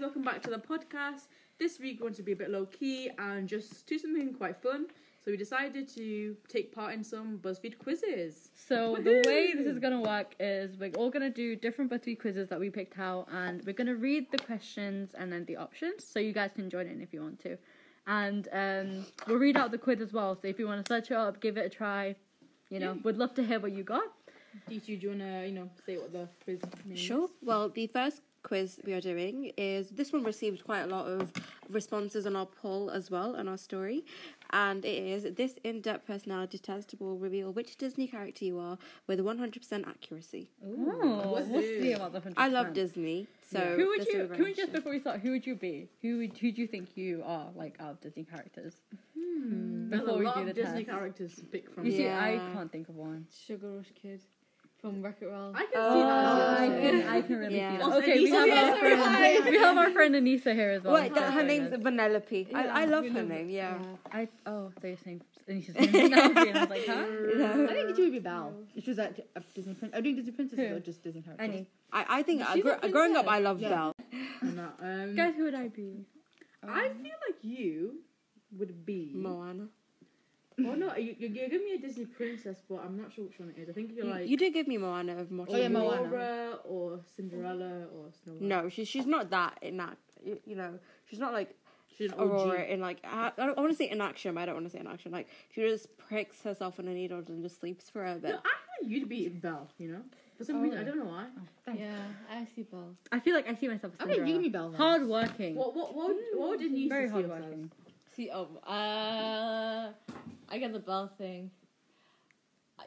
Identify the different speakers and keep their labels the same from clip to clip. Speaker 1: welcome back to the podcast. This week we want to be a bit low key and just do something quite fun. So we decided to take part in some BuzzFeed quizzes.
Speaker 2: So the way this is gonna work is we're all gonna do different BuzzFeed quizzes that we picked out, and we're gonna read the questions and then the options, so you guys can join in if you want to. And um, we'll read out the quiz as well. So if you want to search it up, give it a try. You know, we'd love to hear what you got.
Speaker 1: Did you, do you wanna, you know, say what the quiz means?
Speaker 3: Sure. Well, the first quiz we are doing is this one received quite a lot of responses on our poll as well on our story, and it is this in-depth personality test will reveal which Disney character you are with 100% accuracy.
Speaker 2: Ooh, Oh, we'll see about the 100%.
Speaker 3: I love Disney, so
Speaker 2: Who would
Speaker 3: this will
Speaker 2: you?
Speaker 3: be very
Speaker 2: Who would just
Speaker 3: interesting.
Speaker 2: before we start? Who would you be? Who would? Who do you think you are? Like out of Disney characters?
Speaker 3: Hmm,
Speaker 1: There's a
Speaker 2: Before we
Speaker 1: lot
Speaker 2: do
Speaker 1: of
Speaker 2: the
Speaker 1: Disney
Speaker 2: test.
Speaker 1: characters to pick from.
Speaker 2: You see,
Speaker 3: Yeah.
Speaker 2: I can't think of one.
Speaker 4: Sugar Rush Kid from Wreck It Ralph.
Speaker 1: I can
Speaker 3: Oh,
Speaker 1: see
Speaker 3: yeah.
Speaker 1: that.
Speaker 2: I
Speaker 1: as well.
Speaker 2: can, I can really
Speaker 3: Yeah.
Speaker 2: see that.
Speaker 1: Also,
Speaker 2: Okay, we
Speaker 1: Anissa
Speaker 2: have,
Speaker 1: is
Speaker 2: our friend, we have our friend Anissa here as well.
Speaker 3: Wait,
Speaker 2: So
Speaker 3: that, her
Speaker 2: very
Speaker 3: name's
Speaker 2: good.
Speaker 3: Vanellope. I, I
Speaker 4: Yeah,
Speaker 3: love
Speaker 4: we
Speaker 3: her
Speaker 4: love
Speaker 3: name. Yeah.
Speaker 2: I oh, so you're saying Anissa's name now? and I was like, huh?
Speaker 3: No.
Speaker 5: I think it would be Belle. If she was like a uh, Disney prin- I think Disney princesses
Speaker 2: Who?
Speaker 5: or just Disney characters.
Speaker 2: Any
Speaker 3: I, I think I
Speaker 4: She's a
Speaker 3: gr- growing up, I
Speaker 4: princess.
Speaker 3: loved
Speaker 5: Yeah.
Speaker 3: Belle.
Speaker 1: No, um,
Speaker 2: guys? Who would I be?
Speaker 1: I feel like you would be.
Speaker 3: Moana.
Speaker 1: Oh no, you, you- you're giving me a Disney princess, but I'm not sure which one it is. I think you're
Speaker 3: You,
Speaker 1: like
Speaker 3: you did give me Moana of Moana.
Speaker 5: Oh, yeah, Moana.
Speaker 1: Aurora or Cinderella or Snow White.
Speaker 3: No, she's she's not that in that. You, you know, she's not like
Speaker 1: she's an OG.
Speaker 3: Aurora in like I, I, don't- I want to say inaction, but I don't want to say inaction. Like she just pricks herself on a needle and just sleeps for a
Speaker 1: No, I
Speaker 3: bit.
Speaker 1: want you to be Belle. You know, for some reason I don't know why.
Speaker 4: Yeah, I see Belle.
Speaker 2: I feel like I see myself as
Speaker 5: Okay, you
Speaker 2: Cinderella.
Speaker 5: give me Belle. then.
Speaker 2: hard working,
Speaker 1: What what what would- what did you
Speaker 2: very
Speaker 1: see
Speaker 2: hard
Speaker 1: yourself as?
Speaker 2: working.
Speaker 4: See, oh, uh, I get the Belle thing. I,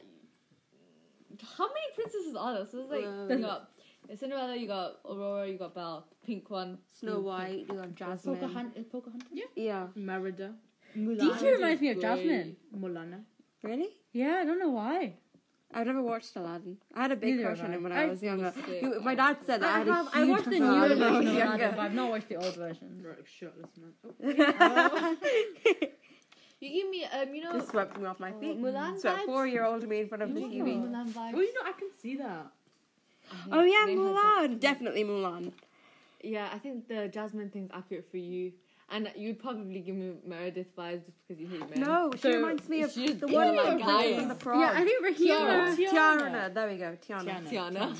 Speaker 4: how many princesses are there? So it's like
Speaker 3: Um,
Speaker 2: Uh,
Speaker 4: you got Cinderella, you got Aurora, you got Belle, pink one.
Speaker 3: Snow White, you have Jasmine.
Speaker 5: Pocahontas. Pocahontas?
Speaker 3: yeah,
Speaker 1: Merida,
Speaker 5: eh, Mulan.
Speaker 2: DT reminds me of
Speaker 4: Great.
Speaker 2: Jasmine.
Speaker 1: Mulana.
Speaker 3: really?
Speaker 2: Yeah, I don't know why.
Speaker 3: I've never watched Aladdin. I had a big
Speaker 2: Neither
Speaker 3: crush
Speaker 2: have
Speaker 3: on
Speaker 2: I.
Speaker 3: him when I,
Speaker 2: I
Speaker 3: was younger.
Speaker 4: was sick.
Speaker 3: You, my dad said that I,
Speaker 2: I
Speaker 3: had a
Speaker 2: have. I
Speaker 3: huge
Speaker 2: watched the
Speaker 3: crush on
Speaker 2: new
Speaker 3: him when I was
Speaker 2: version of
Speaker 3: younger.
Speaker 2: Aladdin, but I've not watched the old version.
Speaker 1: Right, shirtless man. Oh,
Speaker 4: You give me um, you know,
Speaker 3: This swept me off my
Speaker 4: Oh,
Speaker 3: feet.
Speaker 4: Mulan
Speaker 3: so
Speaker 4: vibes?
Speaker 3: four-year-old me in front of the
Speaker 4: you know
Speaker 3: TV.
Speaker 4: Mulan vibes.
Speaker 1: oh, you know I can see that.
Speaker 3: Oh yeah,
Speaker 4: They have
Speaker 3: Mulan. Definitely Mulan.
Speaker 4: Yeah, I think the Jasmine thing's accurate for you. And you'd probably give me Meredith vibes just because you hate men.
Speaker 3: No, she
Speaker 2: So,
Speaker 3: reminds me of
Speaker 4: she's
Speaker 3: the one
Speaker 4: like
Speaker 3: that plays in
Speaker 4: Gaia.
Speaker 3: the prom.
Speaker 2: Yeah, I think
Speaker 4: Tiana.
Speaker 2: Raheem.
Speaker 3: Tiana. There we go, Tiana.
Speaker 1: Tiana.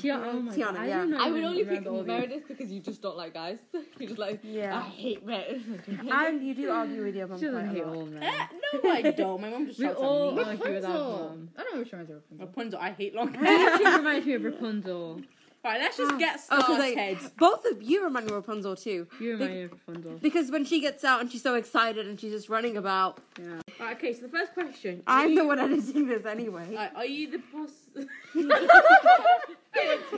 Speaker 4: Tiana.
Speaker 2: Tiana. Oh my god.
Speaker 3: Tiana,
Speaker 2: I
Speaker 3: yeah.
Speaker 2: do not
Speaker 4: I would
Speaker 2: even
Speaker 4: only pick
Speaker 2: remember all these.
Speaker 4: Meredith because you just don't like guys. You're just like,
Speaker 3: Yeah.
Speaker 4: I hate men.
Speaker 3: And you do argue with your mum
Speaker 2: She doesn't
Speaker 3: quite
Speaker 2: hate
Speaker 3: a lot.
Speaker 2: all men.
Speaker 1: No, I don't. My mom just
Speaker 2: We
Speaker 1: shouts at
Speaker 2: all
Speaker 1: me.
Speaker 2: argue with our
Speaker 5: Rapunzel.
Speaker 2: mom.
Speaker 5: I don't know which one is Rapunzel.
Speaker 1: Rapunzel, I hate long hair.
Speaker 2: She reminds me of Rapunzel.
Speaker 1: Alright, let's just get
Speaker 3: Oh, 'cause, like,
Speaker 1: started.
Speaker 3: both of you remind me of Rapunzel too.
Speaker 2: You remind me of Rapunzel.
Speaker 3: Because when she gets out and she's so excited and she's just running about,
Speaker 2: Yeah.
Speaker 1: Alright, okay, so the first question.
Speaker 3: I'm the one editing this anyway.
Speaker 1: Alright, are you the boss?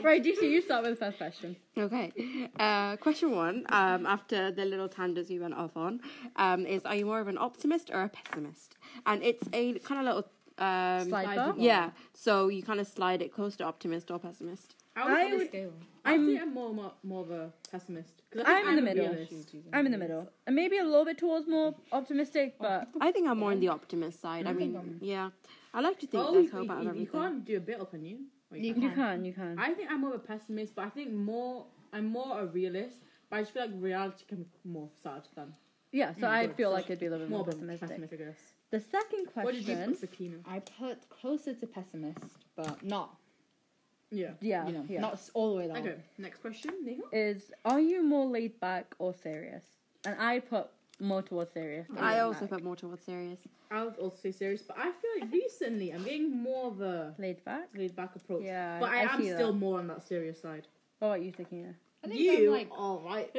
Speaker 2: Right, DC, you start with the first question.
Speaker 3: Okay. Uh, question one, um, after the little tangents we went off on, um, is are you more of an optimist or a pessimist? And it's a kind of little. Um,
Speaker 2: Slide bar.
Speaker 3: Yeah, so you kind of slide it close to optimist or pessimist.
Speaker 1: I
Speaker 2: I
Speaker 1: would,
Speaker 2: would-
Speaker 4: Scale.
Speaker 1: I
Speaker 2: I'm-
Speaker 1: think I'm more, more, more of a pessimist. 'Cause I
Speaker 2: I'm
Speaker 1: think
Speaker 2: in the
Speaker 1: a
Speaker 2: middle.
Speaker 1: realist.
Speaker 2: I'm in the middle. And maybe a little bit towards more optimistic, but
Speaker 3: I think I'm more on the optimist side. I mean, yeah, I like to think
Speaker 1: Oh,
Speaker 3: there's
Speaker 1: you,
Speaker 3: hope out
Speaker 1: you,
Speaker 3: of
Speaker 1: you
Speaker 3: everything.
Speaker 1: can't do a bit up on you. Or you
Speaker 5: You
Speaker 1: can't.
Speaker 2: you can, you can.
Speaker 1: I think I'm more of a pessimist, but I think more I'm more a realist. But I just feel like reality can be more sad than
Speaker 2: Yeah, Mm, so I
Speaker 1: good.
Speaker 2: feel
Speaker 1: So
Speaker 2: like it'd be a little bit
Speaker 1: more
Speaker 2: more
Speaker 1: of a pessimist,
Speaker 2: pessimistic.
Speaker 1: I guess.
Speaker 2: The second
Speaker 1: What did you
Speaker 2: question.
Speaker 1: put, Sakina?
Speaker 5: I put closer to pessimist, but not,
Speaker 1: Yeah.
Speaker 2: Yeah,
Speaker 5: you know,
Speaker 2: yeah.
Speaker 5: not s- all the way down.
Speaker 1: Okay, next question, Nico.
Speaker 2: Is are you more laid back or serious? And I put more towards serious. than
Speaker 3: I
Speaker 2: laid
Speaker 3: also
Speaker 2: back.
Speaker 3: put more towards serious.
Speaker 1: I would also say serious, but I feel like recently I'm getting more of a
Speaker 2: laid back.
Speaker 1: laid back approach.
Speaker 2: Yeah,
Speaker 1: But I,
Speaker 2: I
Speaker 1: am
Speaker 2: see that.
Speaker 1: still more on that serious side.
Speaker 2: What about you, Sakina?
Speaker 5: I think
Speaker 1: You
Speaker 5: I'm like,
Speaker 1: are right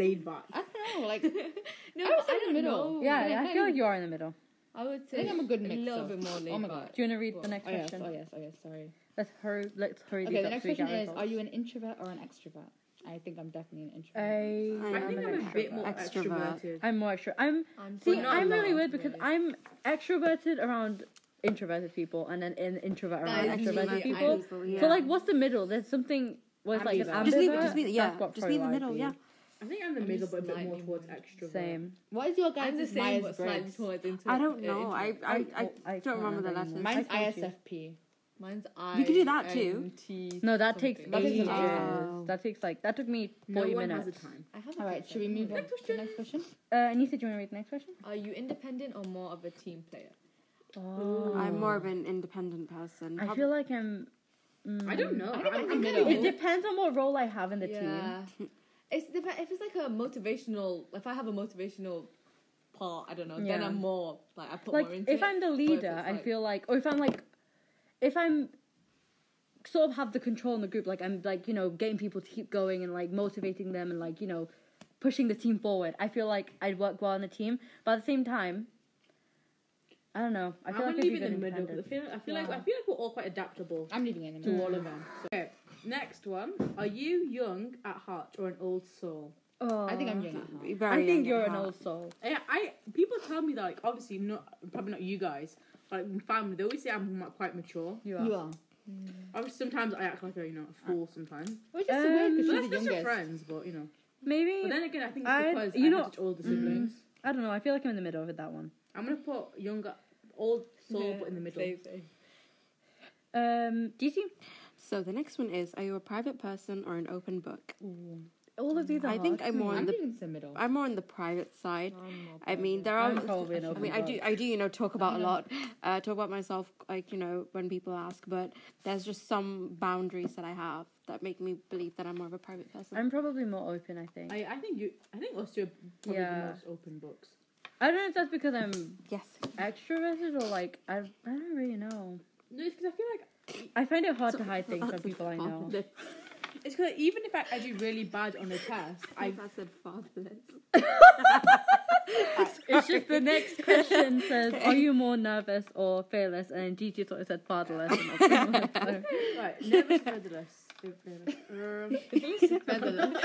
Speaker 1: laid back.
Speaker 5: I don't know, like,
Speaker 4: No,
Speaker 5: I would say
Speaker 4: I don't
Speaker 5: the middle.
Speaker 4: know.
Speaker 2: Yeah,
Speaker 5: I
Speaker 2: I
Speaker 5: think-
Speaker 2: feel like you are in the middle.
Speaker 4: I would
Speaker 5: I
Speaker 4: say
Speaker 5: think I'm a good mix.
Speaker 4: a little
Speaker 5: of-
Speaker 4: bit more laid
Speaker 5: Oh my
Speaker 4: back.
Speaker 5: god.
Speaker 2: Do you want to read the
Speaker 4: Well,
Speaker 2: next
Speaker 5: Oh yes,
Speaker 2: question?
Speaker 5: oh yes, oh yes, sorry.
Speaker 2: Let's hurry. Let's hurry.
Speaker 5: Okay,
Speaker 2: these
Speaker 5: the
Speaker 2: up
Speaker 5: next
Speaker 2: so we
Speaker 5: question
Speaker 2: get
Speaker 5: is Are
Speaker 2: results.
Speaker 5: you an introvert or an extrovert? I think I'm definitely an introvert.
Speaker 2: I,
Speaker 3: I
Speaker 1: I
Speaker 3: am
Speaker 1: think
Speaker 3: an
Speaker 1: I'm a bit more
Speaker 3: extrovert.
Speaker 1: extroverted.
Speaker 2: I'm more extro. I'm
Speaker 4: I'm
Speaker 2: see.
Speaker 4: sorry.
Speaker 1: not
Speaker 2: I'm really
Speaker 4: allowed,
Speaker 2: weird because
Speaker 4: really.
Speaker 2: I'm extroverted around introverted people, and then an introvert around
Speaker 4: is
Speaker 2: extroverted
Speaker 4: me, I
Speaker 2: people.
Speaker 4: am-
Speaker 3: yeah.
Speaker 2: So like, what's the middle? There's something. Was like an
Speaker 1: Ambivert.
Speaker 3: just leave it. Just
Speaker 2: ambivert?
Speaker 3: be yeah.
Speaker 2: That's what
Speaker 3: Just be in the
Speaker 2: probably
Speaker 3: middle.
Speaker 2: I'd
Speaker 3: Yeah.
Speaker 1: I think I'm the
Speaker 4: I'm
Speaker 1: middle,
Speaker 4: just
Speaker 1: but a bit more
Speaker 4: slightly
Speaker 1: towards
Speaker 4: more
Speaker 2: be.
Speaker 1: extrovert.
Speaker 2: Same.
Speaker 5: What is your
Speaker 4: I'm the
Speaker 5: guys'
Speaker 4: same, but
Speaker 5: Myers
Speaker 4: slightly
Speaker 5: Briggs?
Speaker 4: towards intro-
Speaker 3: I don't
Speaker 4: uh,
Speaker 3: know. I
Speaker 4: introvert.
Speaker 3: I,
Speaker 2: I-
Speaker 3: I
Speaker 2: I
Speaker 3: don't remember the
Speaker 2: can't
Speaker 3: letters.
Speaker 2: remember
Speaker 5: Mine's
Speaker 2: I told you.
Speaker 5: ISFP.
Speaker 4: Mine's I.
Speaker 3: You could do that too.
Speaker 4: N T
Speaker 2: No, that takes
Speaker 4: something.
Speaker 5: That takes
Speaker 2: ages.
Speaker 5: an hour.
Speaker 2: That takes like that took me
Speaker 1: No
Speaker 2: forty
Speaker 1: one
Speaker 2: minutes.
Speaker 1: has the time.
Speaker 4: I have. a
Speaker 5: All right,
Speaker 4: question.
Speaker 5: should we move on
Speaker 1: Next
Speaker 5: to the next question?
Speaker 2: Uh, Anita, do you want to read the next question?
Speaker 4: Are you independent or more of a team player?
Speaker 2: Oh.
Speaker 3: I'm more of an independent person.
Speaker 2: I
Speaker 3: Prob-
Speaker 2: feel like I'm. mm,
Speaker 1: I don't know.
Speaker 4: I
Speaker 1: I
Speaker 4: don't
Speaker 1: am
Speaker 4: think I
Speaker 1: middle.
Speaker 4: know.
Speaker 2: It depends on what role I have in the team.
Speaker 4: team. It's dep- if it's like a motivational. If I have a motivational part, I don't know. Then
Speaker 2: Yeah.
Speaker 4: I'm more like I put
Speaker 2: Like
Speaker 4: more into
Speaker 2: if
Speaker 4: it.
Speaker 2: I'm the leader,
Speaker 4: it's
Speaker 2: I
Speaker 4: like-
Speaker 2: feel like, or if I'm like, if I'm sort of have the control in the group, like I'm like you know getting people to keep going and like motivating them and like you know pushing the team forward. I feel like I'd work well in the team, but at the same time, I don't know. I
Speaker 1: I'm
Speaker 2: feel
Speaker 1: gonna
Speaker 2: like I'd
Speaker 1: leave
Speaker 2: be
Speaker 1: it
Speaker 2: good
Speaker 1: in the middle. 'cause I
Speaker 2: independent.
Speaker 1: feel, I feel like I
Speaker 5: Yeah.
Speaker 1: feel like we're all quite adaptable
Speaker 5: I'm leaving it in a
Speaker 1: to
Speaker 5: minute.
Speaker 1: all of them. So. Okay, next one. Are you young at heart or an old soul?
Speaker 2: Oh,
Speaker 5: I think I'm young at heart.
Speaker 3: Very
Speaker 2: I think
Speaker 3: young
Speaker 2: you're
Speaker 3: at
Speaker 2: an
Speaker 3: heart.
Speaker 2: old soul.
Speaker 1: I, I people tell me that like obviously not probably not you guys. Like in family, they always say I'm ma- quite mature.
Speaker 2: You are.
Speaker 5: You are.
Speaker 1: Obviously, sometimes I act like a you know a
Speaker 2: Uh,
Speaker 1: fool sometimes.
Speaker 5: Which is weird
Speaker 2: Um,
Speaker 1: But
Speaker 5: because
Speaker 1: that's
Speaker 5: she's the
Speaker 1: because
Speaker 5: youngest.
Speaker 1: you're friends, but you know.
Speaker 2: Maybe
Speaker 1: But then again, I think it's
Speaker 2: I-
Speaker 1: because
Speaker 2: you
Speaker 1: I
Speaker 2: know- mm.
Speaker 1: have such older siblings.
Speaker 2: I don't know. I feel like I'm in the middle with that one.
Speaker 1: I'm gonna put younger, old soul, but in the middle.
Speaker 4: Same, same.
Speaker 2: Um, do you think
Speaker 3: So the next one is: Are you a private person or an open book?
Speaker 2: all of these? Are
Speaker 3: I think
Speaker 2: hard?
Speaker 3: I'm more
Speaker 5: I'm
Speaker 3: on the
Speaker 5: leaving it in the middle.
Speaker 3: I'm more on the private side.
Speaker 4: I'm more
Speaker 3: I mean,
Speaker 4: private.
Speaker 3: there are.
Speaker 2: I'm probably an
Speaker 3: I
Speaker 2: open Uh-huh.
Speaker 3: mean, I do, I do, you know, talk about a lot. Uh, talk about myself, like you know, when people ask. But there's just some boundaries that I have that make me believe that I'm more of a private person.
Speaker 2: I'm probably more open. I think. I,
Speaker 1: I, I think you. I think us two are probably the
Speaker 2: Yeah.
Speaker 1: most open books.
Speaker 2: don't know if that's because I'm
Speaker 3: yes,
Speaker 2: extroverted or like I. I don't really know.
Speaker 1: No, it's because I feel like
Speaker 2: I find it hard to hide things from
Speaker 3: That's a
Speaker 2: people I know.
Speaker 3: fatherless-
Speaker 1: it's because even if I, I do really bad on a test, I
Speaker 3: I said fatherless.
Speaker 2: It's just the next question says, "Are you more nervous or fearless?" And Gigi thought it said fatherless. And I was like,
Speaker 1: right never featherless. Um, featherless.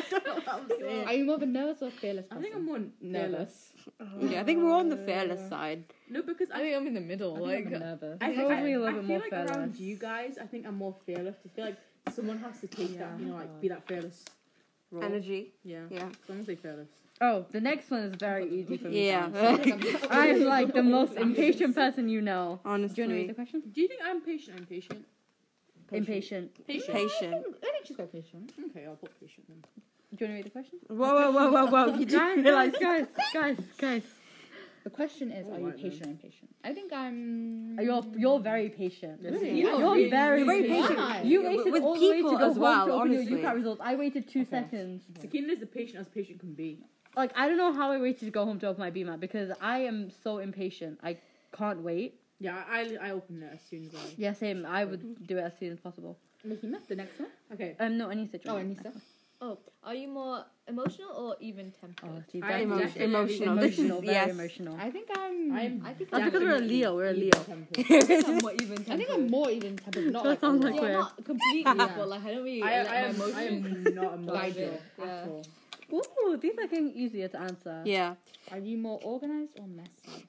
Speaker 5: Are you more of a nervous or fearless
Speaker 1: I
Speaker 5: person?
Speaker 1: think I'm more nervous.
Speaker 5: fearless.
Speaker 3: Yeah, I think we're all on the fearless side.
Speaker 1: No, because
Speaker 4: I
Speaker 1: I.
Speaker 4: think I'm in the middle.
Speaker 5: I think
Speaker 4: like
Speaker 5: I'm nervous.
Speaker 1: I think
Speaker 2: Probably
Speaker 1: I,
Speaker 2: a little
Speaker 1: I
Speaker 2: bit
Speaker 1: feel
Speaker 2: more
Speaker 1: like around
Speaker 2: fearless.
Speaker 1: you guys, I think I'm more fearless. I feel like someone has to take that, you know, like be that fearless role.
Speaker 3: Energy.
Speaker 1: Yeah.
Speaker 3: Yeah.
Speaker 1: Someone say fearless.
Speaker 2: "Oh, the next one is very easy for me." to answer.
Speaker 3: Yeah.
Speaker 2: I'm like the most impatient person you know. Do you want to read the
Speaker 3: Honestly,
Speaker 2: question?
Speaker 1: Do you think I'm patient? I'm patient.
Speaker 2: Impatient.
Speaker 1: Patient.
Speaker 3: patient.
Speaker 5: I think she's quite patient.
Speaker 1: Okay, I'll put patient then.
Speaker 2: Do you want to read the question?
Speaker 3: Whoa, whoa, whoa, whoa, whoa! You
Speaker 2: guys, guys,
Speaker 3: didn't realize.
Speaker 2: guys, guys, guys.
Speaker 5: The question is,
Speaker 1: Oh,
Speaker 5: are you
Speaker 1: right then.
Speaker 5: patient or impatient? I think I'm.
Speaker 2: You're you're very patient.
Speaker 5: Really?
Speaker 2: You
Speaker 1: are
Speaker 2: are
Speaker 1: really-
Speaker 2: very,
Speaker 3: you're very
Speaker 5: patient.
Speaker 2: Why?
Speaker 5: Why?
Speaker 2: You
Speaker 3: Yeah,
Speaker 2: waited
Speaker 3: with
Speaker 2: all the way to
Speaker 3: people
Speaker 2: go
Speaker 3: as
Speaker 2: home
Speaker 3: well,
Speaker 2: to open
Speaker 3: honestly.
Speaker 2: your UCAT results. I waited two
Speaker 5: Okay.
Speaker 2: seconds.
Speaker 1: Sakina is as patient as patient can be.
Speaker 2: Like I don't know how I waited to go home to open my BMAT because I am so impatient. I can't wait.
Speaker 1: Yeah, I I open it as soon as I.
Speaker 2: Yeah, same. I would do it as soon as possible.
Speaker 5: Mahima, the next one.
Speaker 1: Okay.
Speaker 2: Um, no, any
Speaker 5: Oh,
Speaker 2: situation.
Speaker 5: Anissa.
Speaker 4: Oh, are you more emotional or even tempered?
Speaker 2: Oh, see,
Speaker 1: I
Speaker 2: that's
Speaker 1: am
Speaker 3: Emo-
Speaker 1: definitely
Speaker 3: emotional. This is
Speaker 2: emotional. Very
Speaker 3: yes.
Speaker 2: emotional.
Speaker 5: I think I'm.
Speaker 1: I'm.
Speaker 4: I think
Speaker 2: That's because we're a
Speaker 1: definitely
Speaker 2: Leo, we're a Leo.
Speaker 1: evil-tempered.
Speaker 4: I'm more even tempered.
Speaker 5: I think I'm more even tempered. Not
Speaker 2: That
Speaker 5: like
Speaker 2: sounds
Speaker 5: a
Speaker 2: like
Speaker 5: lot.
Speaker 4: yeah,
Speaker 2: we're-
Speaker 4: not completely,
Speaker 5: Yeah.
Speaker 4: but like I don't really
Speaker 1: I,
Speaker 4: let
Speaker 1: I, am,
Speaker 4: my
Speaker 1: I
Speaker 4: emotions.
Speaker 1: am not
Speaker 4: Like
Speaker 1: emotional
Speaker 4: it, yeah.
Speaker 1: at all.
Speaker 2: Ooh, these are getting easier to answer.
Speaker 3: Yeah.
Speaker 5: Are you more organized or messy?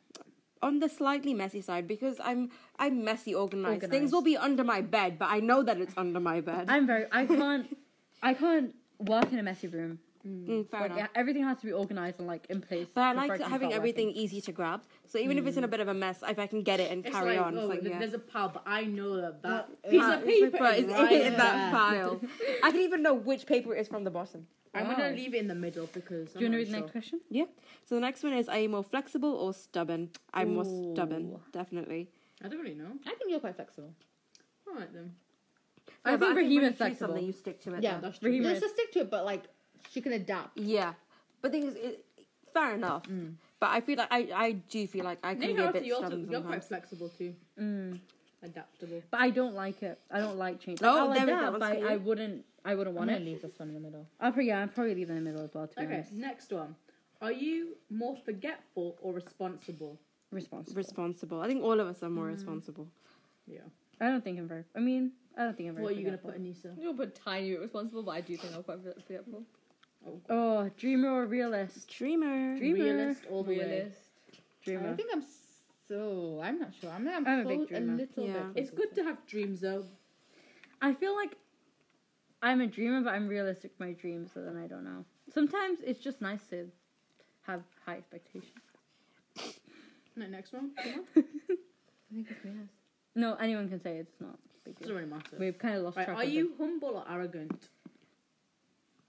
Speaker 3: on the slightly messy side because I'm I'm messy organized. Things
Speaker 2: Organized.
Speaker 3: will be under my bed, but I know that it's under my bed.
Speaker 2: I'm very. I can't. I can't work in a messy room.
Speaker 3: Mm, fair
Speaker 2: Like
Speaker 3: enough.
Speaker 2: everything has to be organized and like in place.
Speaker 3: But I
Speaker 2: before
Speaker 3: like
Speaker 2: can
Speaker 3: having
Speaker 2: start
Speaker 3: everything
Speaker 2: working.
Speaker 3: easy to grab. So even if it's in a bit of a mess, if I can get it and
Speaker 1: It's
Speaker 3: carry
Speaker 1: like,
Speaker 3: on,
Speaker 1: oh,
Speaker 3: it's like
Speaker 1: th-
Speaker 3: yeah.
Speaker 1: there's a pub. I know that that
Speaker 5: Yeah.
Speaker 1: piece
Speaker 3: Ah,
Speaker 1: of paper
Speaker 3: paper
Speaker 1: is
Speaker 3: is
Speaker 1: right
Speaker 3: in
Speaker 1: there.
Speaker 3: that pile. I can even know which paper is from the bottom.
Speaker 1: I'm gonna
Speaker 2: Wow.
Speaker 1: leave it in the middle because.
Speaker 2: Do you want
Speaker 1: I'm not
Speaker 2: to read the
Speaker 1: sure.
Speaker 2: next question?
Speaker 3: Yeah. So the next one is: Are you more flexible or stubborn? I'm more
Speaker 2: Ooh.
Speaker 3: stubborn, definitely.
Speaker 1: I don't really know.
Speaker 5: I think you're quite flexible.
Speaker 1: All right then.
Speaker 2: I
Speaker 3: Yeah, but
Speaker 2: think
Speaker 3: when you
Speaker 2: Rahima's
Speaker 3: choose
Speaker 2: flexible.
Speaker 3: Something you stick to it.
Speaker 5: Yeah.
Speaker 1: That's true.
Speaker 2: Raheem-
Speaker 5: Let's just stick to it, but like she can adapt.
Speaker 3: Yeah. But thing is, it, fair enough. But I feel like I, I do feel like I can be a
Speaker 1: Nate,
Speaker 3: bit
Speaker 1: you also,
Speaker 3: stubborn
Speaker 1: you're quite
Speaker 3: sometimes.
Speaker 1: flexible too.
Speaker 2: Mm.
Speaker 1: Adaptable.
Speaker 2: But I don't like it. I don't like change.
Speaker 3: Oh,
Speaker 2: Like, I'll
Speaker 3: there we go, Mm-hmm.
Speaker 2: adapt,
Speaker 3: that's
Speaker 2: but I,
Speaker 3: good.
Speaker 2: I wouldn't. I wouldn't
Speaker 5: I'm
Speaker 2: want
Speaker 5: gonna
Speaker 2: it.
Speaker 5: leave this one in the middle.
Speaker 2: I'll probably, yeah, I'd probably leave it in the middle as well. To be
Speaker 1: Okay.
Speaker 2: honest,
Speaker 1: Next one. Are you more forgetful or responsible?
Speaker 2: responsible.
Speaker 3: responsible. I think all of us are more responsible.
Speaker 1: Yeah.
Speaker 2: I don't think I'm very. I mean, I don't think I'm very.
Speaker 1: What are you gonna put,
Speaker 2: forgetful.
Speaker 1: Anissa?
Speaker 4: You're but tiny responsible, but I do think I'm quite forgetful.
Speaker 2: Oh, dreamer or realist?
Speaker 3: Dreamer.
Speaker 2: Dreamer.
Speaker 1: Realist all the way.
Speaker 4: Realist.
Speaker 5: I
Speaker 2: Dreamer.
Speaker 5: think I'm so. I'm not sure. I'm, I'm,
Speaker 2: I'm a
Speaker 5: close-
Speaker 2: big
Speaker 5: a,
Speaker 2: dreamer.
Speaker 5: little
Speaker 3: Yeah.
Speaker 5: bit.
Speaker 1: It's good to have dreams though.
Speaker 2: I feel like I'm a dreamer, but I'm realistic with my dreams. So then I don't know. Sometimes it's just nice to have high expectations.
Speaker 1: Ne- Next one. Come on.
Speaker 4: I think it's me.
Speaker 2: No, anyone can say it's not. a Big
Speaker 1: Doesn't
Speaker 2: deal.
Speaker 1: really matter.
Speaker 2: We've kind of lost
Speaker 1: Right,
Speaker 2: track.
Speaker 1: are
Speaker 2: of
Speaker 1: you humble or arrogant?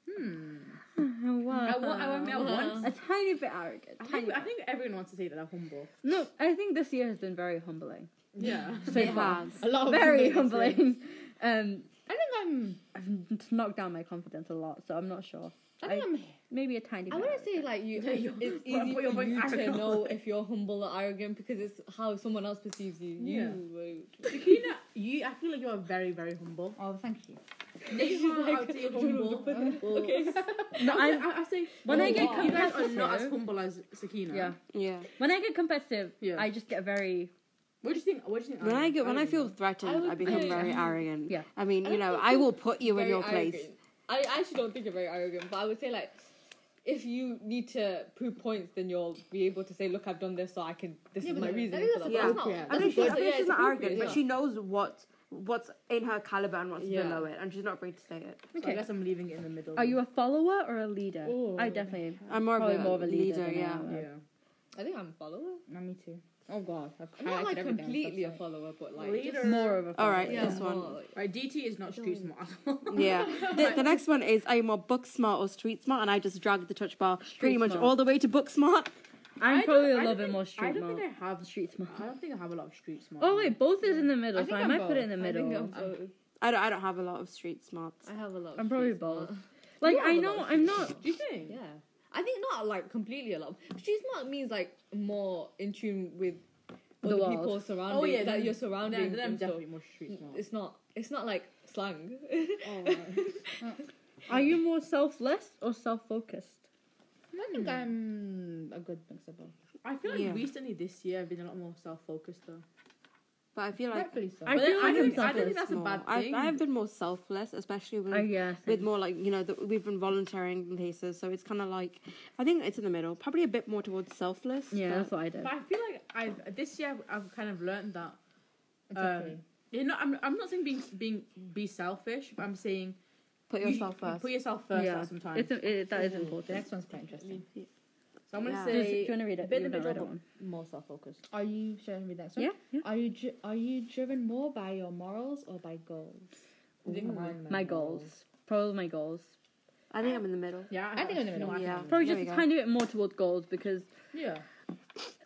Speaker 1: Hmm.
Speaker 2: Them. Wow.
Speaker 1: I wa- I went out
Speaker 4: Wow.
Speaker 1: once.
Speaker 2: a tiny bit arrogant.
Speaker 1: I
Speaker 2: tiny
Speaker 1: think, I
Speaker 2: bit.
Speaker 1: think everyone wants to say that they're humble.
Speaker 2: No, I think this year has been very humbling.
Speaker 1: Yeah.
Speaker 2: So
Speaker 3: it
Speaker 2: far.
Speaker 3: has.
Speaker 5: A lot of
Speaker 2: Very
Speaker 5: people say it's
Speaker 2: humbling. Um,
Speaker 5: I think I'm.
Speaker 2: I've knocked down my confidence a lot, so I'm not sure.
Speaker 5: I think
Speaker 2: I-
Speaker 5: I, am
Speaker 2: Maybe a tiny
Speaker 4: I
Speaker 2: bit.
Speaker 4: wouldn't say like you.
Speaker 1: Yeah,
Speaker 4: It's,
Speaker 1: you're-
Speaker 4: it's
Speaker 1: but-
Speaker 4: easy
Speaker 1: but you're
Speaker 4: for
Speaker 1: being
Speaker 4: you to
Speaker 1: arrogant.
Speaker 4: know if you're humble or arrogant because it's how someone else perceives you. You
Speaker 1: Yeah.
Speaker 4: would-
Speaker 1: Sakina, you, I feel like you are very, very humble.
Speaker 5: Oh, thank you.
Speaker 1: If you are out here humble, well,
Speaker 2: No,
Speaker 1: I,
Speaker 2: I'm-
Speaker 1: I, I say
Speaker 2: when I get
Speaker 1: you guys are
Speaker 2: competitive-
Speaker 1: not as humble as Sakina.
Speaker 2: Yeah.
Speaker 3: Yeah.
Speaker 2: When I get competitive,
Speaker 1: Yeah.
Speaker 2: I just get very.
Speaker 1: What do you think? What do you think?
Speaker 3: When I get when I
Speaker 1: arrogant
Speaker 3: feel
Speaker 1: is?
Speaker 3: threatened,
Speaker 4: I
Speaker 3: I,
Speaker 4: would
Speaker 3: become
Speaker 4: say-
Speaker 3: very arrogant.
Speaker 2: Yeah.
Speaker 3: I mean,
Speaker 4: I
Speaker 3: you
Speaker 4: don't
Speaker 3: know,
Speaker 4: think
Speaker 3: I
Speaker 4: you're
Speaker 3: will put you in
Speaker 4: very
Speaker 3: your place.
Speaker 4: arrogant. I I actually don't think you're very arrogant, but I would say like if you need to prove points, then you'll be able to say, "Look, I've done this, so I can. This
Speaker 5: Yeah,
Speaker 4: is
Speaker 5: but
Speaker 4: my
Speaker 5: that-
Speaker 4: reason."
Speaker 5: that is
Speaker 4: for that."
Speaker 3: Yeah.
Speaker 4: That's not-
Speaker 1: Yeah.
Speaker 4: that's
Speaker 3: I mean, she, I
Speaker 4: appropriate.
Speaker 3: mean,
Speaker 4: Yeah,
Speaker 3: she's
Speaker 4: it's
Speaker 3: not arrogant,
Speaker 4: appropriate.
Speaker 3: but she knows what what's in her caliber and what's
Speaker 4: Yeah.
Speaker 3: below it, and she's not afraid to say it.
Speaker 1: So
Speaker 2: Okay.
Speaker 1: I guess I'm leaving it in the middle.
Speaker 2: Are you a follower or a leader?
Speaker 5: Ooh.
Speaker 2: I definitely.
Speaker 3: I'm more of,
Speaker 2: Probably
Speaker 3: a,
Speaker 2: more of a leader
Speaker 3: leader,
Speaker 2: than I
Speaker 3: yeah.
Speaker 2: am.
Speaker 1: Yeah.
Speaker 4: I think I'm a follower.
Speaker 5: No, me too. Oh God, I've
Speaker 4: I'm not
Speaker 5: highlighted
Speaker 4: like
Speaker 5: everything.
Speaker 4: completely a
Speaker 5: That's right.
Speaker 4: follower, but like
Speaker 1: Leader.
Speaker 2: More of a. Follower.
Speaker 3: right,
Speaker 4: yeah,
Speaker 3: this one.
Speaker 4: more like-
Speaker 1: Right, DT is not street smart.
Speaker 3: Yeah. The, the next one is are you more book smart or street smart? And I just dragged the touch bar pretty much
Speaker 2: smart.
Speaker 3: all the way to book smart.
Speaker 2: I'm
Speaker 1: I
Speaker 2: probably
Speaker 1: don't-
Speaker 2: a little
Speaker 1: I don't
Speaker 2: bit
Speaker 1: think-
Speaker 2: more
Speaker 1: I
Speaker 2: street
Speaker 1: don't
Speaker 2: smart.
Speaker 1: think I have
Speaker 2: Street smart.
Speaker 1: I don't think I have a lot of street smart.
Speaker 2: Oh wait, both is in the middle,
Speaker 5: I
Speaker 2: so
Speaker 5: think
Speaker 2: I
Speaker 5: I'm
Speaker 2: might put it
Speaker 5: both.
Speaker 2: in the
Speaker 4: I think
Speaker 2: middle.
Speaker 4: I'm
Speaker 2: I'm-
Speaker 4: both.
Speaker 3: I don't, I don't have a lot of street smarts.
Speaker 4: I have a lot. of
Speaker 2: I'm probably
Speaker 4: street smart.
Speaker 2: both. Like
Speaker 4: You have
Speaker 2: I
Speaker 4: a
Speaker 2: know
Speaker 4: lot of
Speaker 2: I'm
Speaker 4: street
Speaker 2: not.
Speaker 4: smart.
Speaker 1: do you think?
Speaker 4: Yeah. I think not like completely a lot. She's not means like more in tune with
Speaker 2: The
Speaker 4: the
Speaker 2: world.
Speaker 4: people surrounding
Speaker 1: Oh yeah,
Speaker 4: that
Speaker 1: then-
Speaker 4: you're
Speaker 1: Then,
Speaker 4: surrounding.
Speaker 1: then I'm
Speaker 4: and stuff.
Speaker 1: definitely more street smart.
Speaker 4: It's not. It's not like slang.
Speaker 1: Oh, right.
Speaker 2: Are you more selfless or self-focused?
Speaker 5: I think I'm a good mix of both.
Speaker 1: I feel like
Speaker 3: Yeah.
Speaker 1: recently this year I've been a lot more self-focused though.
Speaker 3: But I feel like
Speaker 5: Rightfully so.
Speaker 2: I
Speaker 1: But
Speaker 2: feel
Speaker 1: then I
Speaker 2: like I'm
Speaker 1: don't, I don't think
Speaker 2: selfless.
Speaker 1: that's a bad
Speaker 3: more-
Speaker 1: thing.
Speaker 3: I, I have been more selfless, especially with
Speaker 2: Oh
Speaker 1: Mm.
Speaker 2: yeah.
Speaker 3: with
Speaker 2: same.
Speaker 3: more like you know the, we've been volunteering in places, so it's kind of like I think it's in the middle, probably a bit more towards selfless.
Speaker 2: Yeah,
Speaker 3: but-
Speaker 2: that's what I did.
Speaker 1: But I feel like I've this year I've, I've kind of learned that.
Speaker 5: It's
Speaker 1: um,
Speaker 5: okay.
Speaker 1: You know, I'm I'm not saying being being be selfish, but I'm saying
Speaker 3: put
Speaker 1: you-
Speaker 3: yourself first.
Speaker 1: Put yourself first
Speaker 2: Yeah.
Speaker 1: at some time.
Speaker 2: It's a, it, that is
Speaker 5: The
Speaker 2: important.
Speaker 5: next one's quite interesting.
Speaker 1: so I'm gonna
Speaker 3: Yeah.
Speaker 2: Does- do
Speaker 1: say
Speaker 2: you want to read it?
Speaker 1: bit
Speaker 2: You
Speaker 1: in the
Speaker 2: don't read
Speaker 1: middle,
Speaker 2: it one.
Speaker 1: but more self-focused.
Speaker 5: Mm. Are you sharing with the next one?
Speaker 2: Yeah, yeah.
Speaker 5: Are you dri- are you driven more by your morals or by goals?
Speaker 1: Ooh.
Speaker 2: My goals. Probably my goals.
Speaker 1: Mm.
Speaker 3: I think I'm in the middle.
Speaker 1: Yeah,
Speaker 5: I think I'm in the middle.
Speaker 1: no, I think
Speaker 3: Yeah.
Speaker 1: I'm in the
Speaker 2: Probably
Speaker 3: There
Speaker 2: just
Speaker 3: we
Speaker 2: a
Speaker 3: go.
Speaker 2: tiny bit more towards goals because
Speaker 1: middle. Yeah.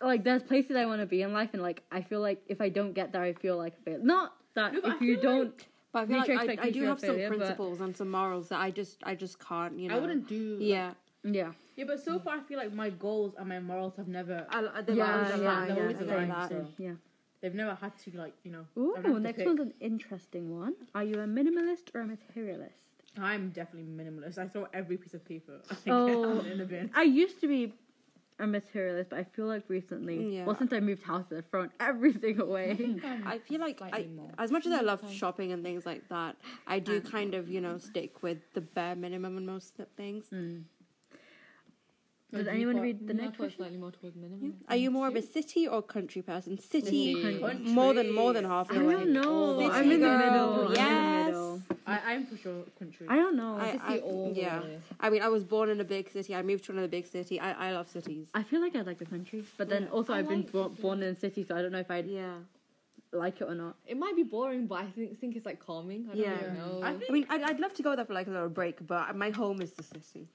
Speaker 2: like there's places I want to be in life and like I feel like if I don't get there I feel like a failure. Not that
Speaker 1: No, but I
Speaker 2: if you
Speaker 1: feel
Speaker 2: don't
Speaker 3: But I feel
Speaker 2: Meet your
Speaker 3: like I, I
Speaker 2: expectation
Speaker 3: do have
Speaker 2: of
Speaker 3: some
Speaker 2: failure, but-
Speaker 3: principles and some morals that I just I just can't. You know.
Speaker 5: I wouldn't do. like,
Speaker 3: Yeah.
Speaker 2: yeah.
Speaker 1: Yeah, but so far I feel like my goals and my morals have never
Speaker 3: I, I, they're
Speaker 2: Yeah,
Speaker 3: always
Speaker 2: yeah,
Speaker 3: aligned,
Speaker 2: yeah,
Speaker 3: they're always
Speaker 1: yeah,
Speaker 3: aligned,
Speaker 1: yeah.
Speaker 3: so-
Speaker 2: Yeah.
Speaker 1: they've never had to like you know.
Speaker 2: Ooh,
Speaker 1: I'd have to
Speaker 2: next
Speaker 1: pick.
Speaker 2: one's an interesting one. Are you a minimalist or a materialist?
Speaker 1: I'm definitely minimalist. I throw every piece of paper I get
Speaker 2: Oh.
Speaker 1: in the bin.
Speaker 2: I used to be a materialist, but I feel like recently,
Speaker 3: Yeah.
Speaker 2: well, since I moved house, I've thrown everything
Speaker 5: I
Speaker 2: away.
Speaker 5: think I'm
Speaker 3: I feel like
Speaker 5: slightly
Speaker 3: I-
Speaker 5: more.
Speaker 3: As much as I love
Speaker 5: Okay.
Speaker 3: shopping and things like that, I do kind of you know stick with the bare minimum on most th- things.
Speaker 2: Mm. Does anyone read the
Speaker 4: No, I
Speaker 2: next
Speaker 4: thought it's
Speaker 2: question?
Speaker 4: slightly more towards minimum.
Speaker 3: Are you more of a city or country person? City,
Speaker 2: City.
Speaker 1: Country.
Speaker 3: more than more than half
Speaker 2: I
Speaker 3: the way.
Speaker 2: don't know.
Speaker 3: City
Speaker 2: I'm in the
Speaker 3: girl,
Speaker 2: middle. I'm in the
Speaker 3: yes.
Speaker 2: middle.
Speaker 1: I, I'm for sure country.
Speaker 2: I don't know.
Speaker 3: I,
Speaker 2: I,
Speaker 3: I, yeah. I mean, I was born in a big city. I moved to another big city. I, I love cities.
Speaker 2: feel like I like the country, but then
Speaker 3: Yeah.
Speaker 2: also
Speaker 4: I
Speaker 2: I've been
Speaker 4: like
Speaker 2: bro-
Speaker 4: it, yeah.
Speaker 2: born in a city, so I don't know if I'd
Speaker 3: Yeah.
Speaker 2: like it or not.
Speaker 4: It might be boring, but I think think it's like calming. I don't
Speaker 3: Yeah.
Speaker 4: really know.
Speaker 1: I think
Speaker 3: I mean, I'd, I'd love to go there for like a little break, but my home is the city.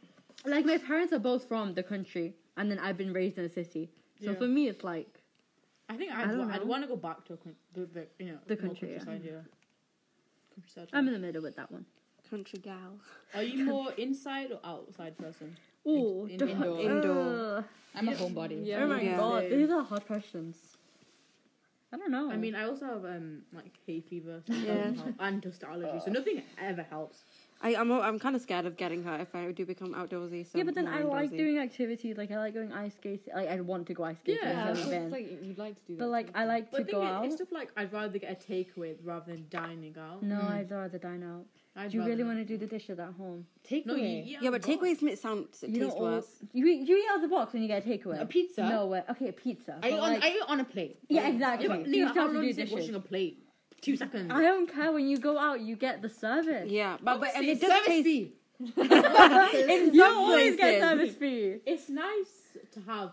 Speaker 2: Like my parents are both from the country, and then I've been raised in a city. So
Speaker 1: Yeah.
Speaker 2: for me, it's like
Speaker 1: I think
Speaker 2: I
Speaker 1: I'd,
Speaker 2: don't
Speaker 1: wa- I'd
Speaker 2: know.
Speaker 1: want to go back to a con- the, the you know
Speaker 2: The
Speaker 1: more
Speaker 2: country, yeah.
Speaker 1: countryside, yeah. Countryside.
Speaker 2: I'm in the middle with that one.
Speaker 3: Country gal.
Speaker 1: Are you more inside or outside person?
Speaker 2: Oh,
Speaker 1: in-
Speaker 2: don't-
Speaker 5: indoor.
Speaker 3: Indoor.
Speaker 2: Ugh.
Speaker 5: I'm a homebody.
Speaker 4: Yeah.
Speaker 2: oh my
Speaker 3: Yeah.
Speaker 2: god,
Speaker 1: Same.
Speaker 2: these are hard questions. I don't know.
Speaker 1: I mean, I also have um like hay fever, so that
Speaker 3: Yeah.
Speaker 1: doesn't help, and dust allergy, so nothing ever helps.
Speaker 3: I, I'm I'm kind of scared of getting hurt if I do become outdoorsy. So
Speaker 2: yeah, but then
Speaker 3: more
Speaker 2: I like
Speaker 3: indoorsy.
Speaker 2: doing activities. Like I like going ice skating. Like I want to go ice skating.
Speaker 1: Yeah,
Speaker 4: yeah,
Speaker 2: Yeah,
Speaker 4: it's
Speaker 1: so
Speaker 4: just like you'd like to do that.
Speaker 2: but like
Speaker 4: too.
Speaker 2: I like
Speaker 1: But
Speaker 2: to
Speaker 1: the
Speaker 2: go
Speaker 1: thing is,
Speaker 2: out.
Speaker 1: it's stuff like I'd rather get a takeaway rather than dining out.
Speaker 2: No,
Speaker 5: Mm.
Speaker 2: I'd rather dine out.
Speaker 1: I'd
Speaker 2: do you really
Speaker 1: rather-
Speaker 2: want to do the dishes at home?
Speaker 5: Take
Speaker 1: No, you,
Speaker 5: away.
Speaker 1: you
Speaker 3: Yeah, but takeaways make it sound it
Speaker 2: You don't
Speaker 3: taste worse.
Speaker 2: always- You eat, you eat out of the box when you get a takeaway.
Speaker 5: A pizza.
Speaker 2: No way. Okay, a pizza.
Speaker 5: Are you
Speaker 2: but,
Speaker 5: on?
Speaker 2: like-
Speaker 5: Are you on a plate?
Speaker 2: yeah, exactly.
Speaker 1: Yeah, but
Speaker 2: you
Speaker 1: Nina,
Speaker 2: still
Speaker 1: how
Speaker 2: have to
Speaker 1: long
Speaker 2: do
Speaker 1: is it washing
Speaker 2: dishes.
Speaker 1: a plate? Two seconds.
Speaker 2: I don't care when you go out, you get the service.
Speaker 3: Yeah, but, but and it
Speaker 5: Obviously,
Speaker 3: does
Speaker 5: service
Speaker 3: taste.
Speaker 5: fee.
Speaker 3: In
Speaker 2: You
Speaker 3: some
Speaker 2: always get
Speaker 3: places.
Speaker 2: service fee.
Speaker 1: It's nice to have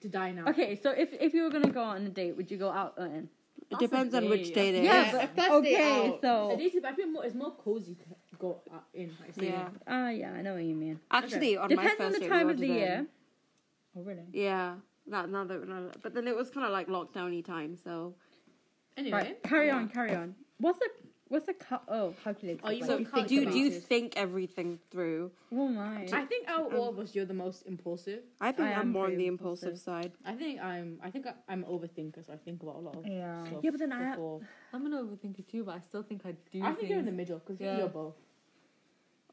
Speaker 1: to dine out.
Speaker 2: Okay, so if if you were gonna go out on a date, would you go out or in?
Speaker 3: It
Speaker 4: That's
Speaker 3: depends
Speaker 4: a
Speaker 3: on which
Speaker 4: day.
Speaker 3: day it is.
Speaker 5: Yeah, but that's the
Speaker 2: okay,
Speaker 5: out.
Speaker 1: It
Speaker 2: so
Speaker 1: is, but I feel more, it's more cozy to go uh, in. I say.
Speaker 3: Yeah.
Speaker 2: ah, yeah, I know what you mean.
Speaker 3: Actually, on
Speaker 2: Depends
Speaker 3: my
Speaker 2: on
Speaker 3: first
Speaker 2: the
Speaker 3: date,
Speaker 2: time
Speaker 3: we
Speaker 2: of the
Speaker 3: ordered
Speaker 2: year.
Speaker 3: in.
Speaker 5: Oh, really?
Speaker 3: Yeah. That, now that, now that- but then it was kind of like lockdowny time, so
Speaker 1: Anyway,
Speaker 2: Right, carry on, carry on. What's the what's the cal- oh calculator?
Speaker 1: Oh, you
Speaker 2: Right.
Speaker 1: So
Speaker 3: so
Speaker 1: you think
Speaker 3: do
Speaker 1: about
Speaker 3: do you
Speaker 1: it.
Speaker 3: think everything through?
Speaker 2: oh my.
Speaker 1: I think out of all of us, you're the most impulsive.
Speaker 3: I think
Speaker 2: I
Speaker 3: I am
Speaker 2: am
Speaker 3: more on
Speaker 2: pretty
Speaker 3: the impulsive
Speaker 2: impulsive.
Speaker 3: side.
Speaker 1: I think I'm. I think I, I'm an overthinker, so I think about a lot of
Speaker 5: Yeah.
Speaker 1: stuff.
Speaker 2: Yeah, but then I-
Speaker 1: before.
Speaker 4: I'm an overthinker too, but I still think I do.
Speaker 1: I think you're in the
Speaker 4: things.
Speaker 1: middle because
Speaker 4: Yeah.
Speaker 1: you're both.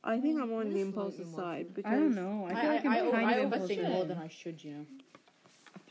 Speaker 3: I think I'm
Speaker 4: I'm
Speaker 3: on the
Speaker 4: slightly
Speaker 3: impulsive
Speaker 4: more
Speaker 3: side because
Speaker 2: I don't know. I feel
Speaker 1: I,
Speaker 2: like
Speaker 1: I, I,
Speaker 2: I'm
Speaker 1: over-
Speaker 2: kind
Speaker 1: I
Speaker 2: of
Speaker 1: overthink
Speaker 2: impulsive.
Speaker 1: more than I should, you know.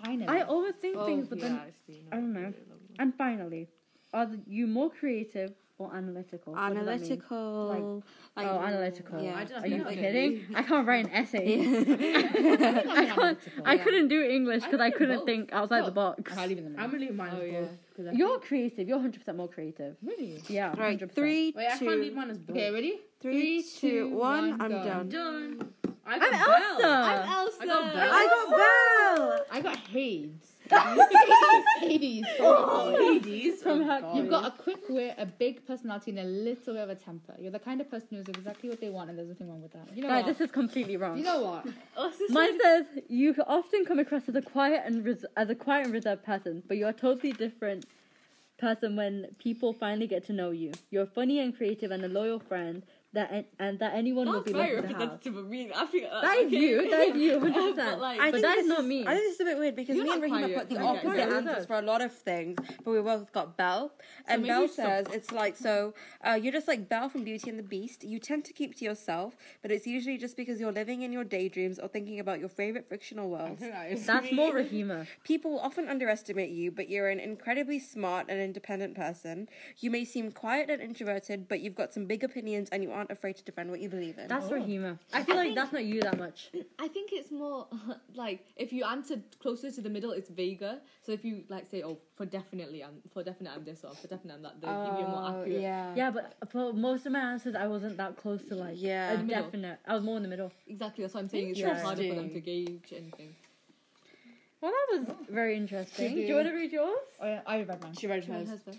Speaker 5: Finally.
Speaker 2: I overthink
Speaker 4: Oh,
Speaker 2: things, but
Speaker 4: yeah,
Speaker 2: then
Speaker 4: actually,
Speaker 2: I don't know.
Speaker 4: really lovely.
Speaker 2: and finally, are th- you more creative or analytical? What does that mean?
Speaker 3: analytical.
Speaker 2: Oh, analytical.
Speaker 3: Yeah.
Speaker 1: I just
Speaker 2: Are you
Speaker 1: think I'm
Speaker 2: kidding? I can't write an essay.
Speaker 5: I
Speaker 2: I can't. I couldn't do English
Speaker 1: I
Speaker 2: because I
Speaker 1: can
Speaker 2: couldn't
Speaker 1: both.
Speaker 2: think outside the
Speaker 1: Well,
Speaker 2: box.
Speaker 5: can't even.
Speaker 1: I'm gonna leave mine
Speaker 4: Oh,
Speaker 1: as
Speaker 4: yeah.
Speaker 1: both. 'cause I
Speaker 2: You're
Speaker 1: think-
Speaker 2: creative. You're hundred percent more creative.
Speaker 5: Really?
Speaker 2: Yeah.
Speaker 3: Right,
Speaker 2: 100%.
Speaker 3: three,
Speaker 1: Wait, I can't leave
Speaker 3: two,
Speaker 1: mine as both.
Speaker 5: Okay, ready?
Speaker 3: three, two, one. I'm
Speaker 1: I'm
Speaker 3: done.
Speaker 1: done. I
Speaker 2: I'm
Speaker 1: got
Speaker 2: Elsa.
Speaker 1: Belle.
Speaker 4: I'm Elsa. Oh,
Speaker 1: I got Belle.
Speaker 3: I got Belle.
Speaker 5: I got Hades. Hades.
Speaker 1: Oh, Hades.
Speaker 2: From
Speaker 1: Oh,
Speaker 2: her-
Speaker 1: God.
Speaker 5: You've got a quick wit, a big personality, and a little bit of a temper. You're the kind of person who's exactly what they want, and there's nothing wrong with that. You know
Speaker 2: Right,
Speaker 5: what?
Speaker 2: this is completely wrong.
Speaker 5: You know what?
Speaker 4: Oh, it's just
Speaker 2: Mine says you often come across as a quiet and res- as a quiet and reserved person, but you're a totally different person when people finally get to know you. You're funny and creative and a loyal friend that an- and that anyone will
Speaker 4: That's
Speaker 2: be
Speaker 4: very
Speaker 2: lucky to have.
Speaker 4: representative of me. I think uh,
Speaker 2: That is you. That is you. Hundred
Speaker 4: But,
Speaker 2: percent.
Speaker 4: like- I
Speaker 2: But
Speaker 3: think
Speaker 2: that
Speaker 3: this
Speaker 2: is not
Speaker 3: is-
Speaker 2: me.
Speaker 3: I think this is a bit weird because
Speaker 4: You're
Speaker 3: me
Speaker 4: not
Speaker 3: and Rahima
Speaker 4: quiet.
Speaker 3: put the
Speaker 4: Okay.
Speaker 3: opposite
Speaker 2: Yeah,
Speaker 3: answers
Speaker 2: yeah.
Speaker 3: for a lot of things, but we both got Belle. And
Speaker 4: maybe
Speaker 3: Belle
Speaker 4: it's the-
Speaker 3: says it's like so. Uh, you're just like Belle from Beauty and the Beast. You tend to keep to yourself, but it's usually just because you're living in your daydreams or thinking about your favorite fictional
Speaker 1: I
Speaker 3: worlds.
Speaker 1: think that is
Speaker 2: That's
Speaker 1: me.
Speaker 2: more Rahima.
Speaker 3: People often underestimate you, but you're an incredibly smart and independent person. You may seem quiet and introverted, but you've got some big opinions and you aren't afraid to defend what you believe in.
Speaker 2: That's Rahima. I feel like that's not you that much.
Speaker 4: I think it's more like if you answer closer to the middle, it's vaguer. So if you like say, "Oh, for definitely, I'm for definite, I'm this," or "For definite, I'm that," they'll give you a more accurate.
Speaker 3: yeah.
Speaker 2: Oh, Yeah, but for most of my answers, I wasn't that close to like
Speaker 3: Yeah.
Speaker 2: a
Speaker 4: In the middle.
Speaker 2: definite. I was more in the middle.
Speaker 4: Exactly. That's what I'm saying. It's much harder for them to gauge anything.
Speaker 2: Well, that was very interesting. Do you want to read yours?
Speaker 5: I, I read mine.
Speaker 1: She read
Speaker 4: Do you want
Speaker 1: hers.
Speaker 4: hers first?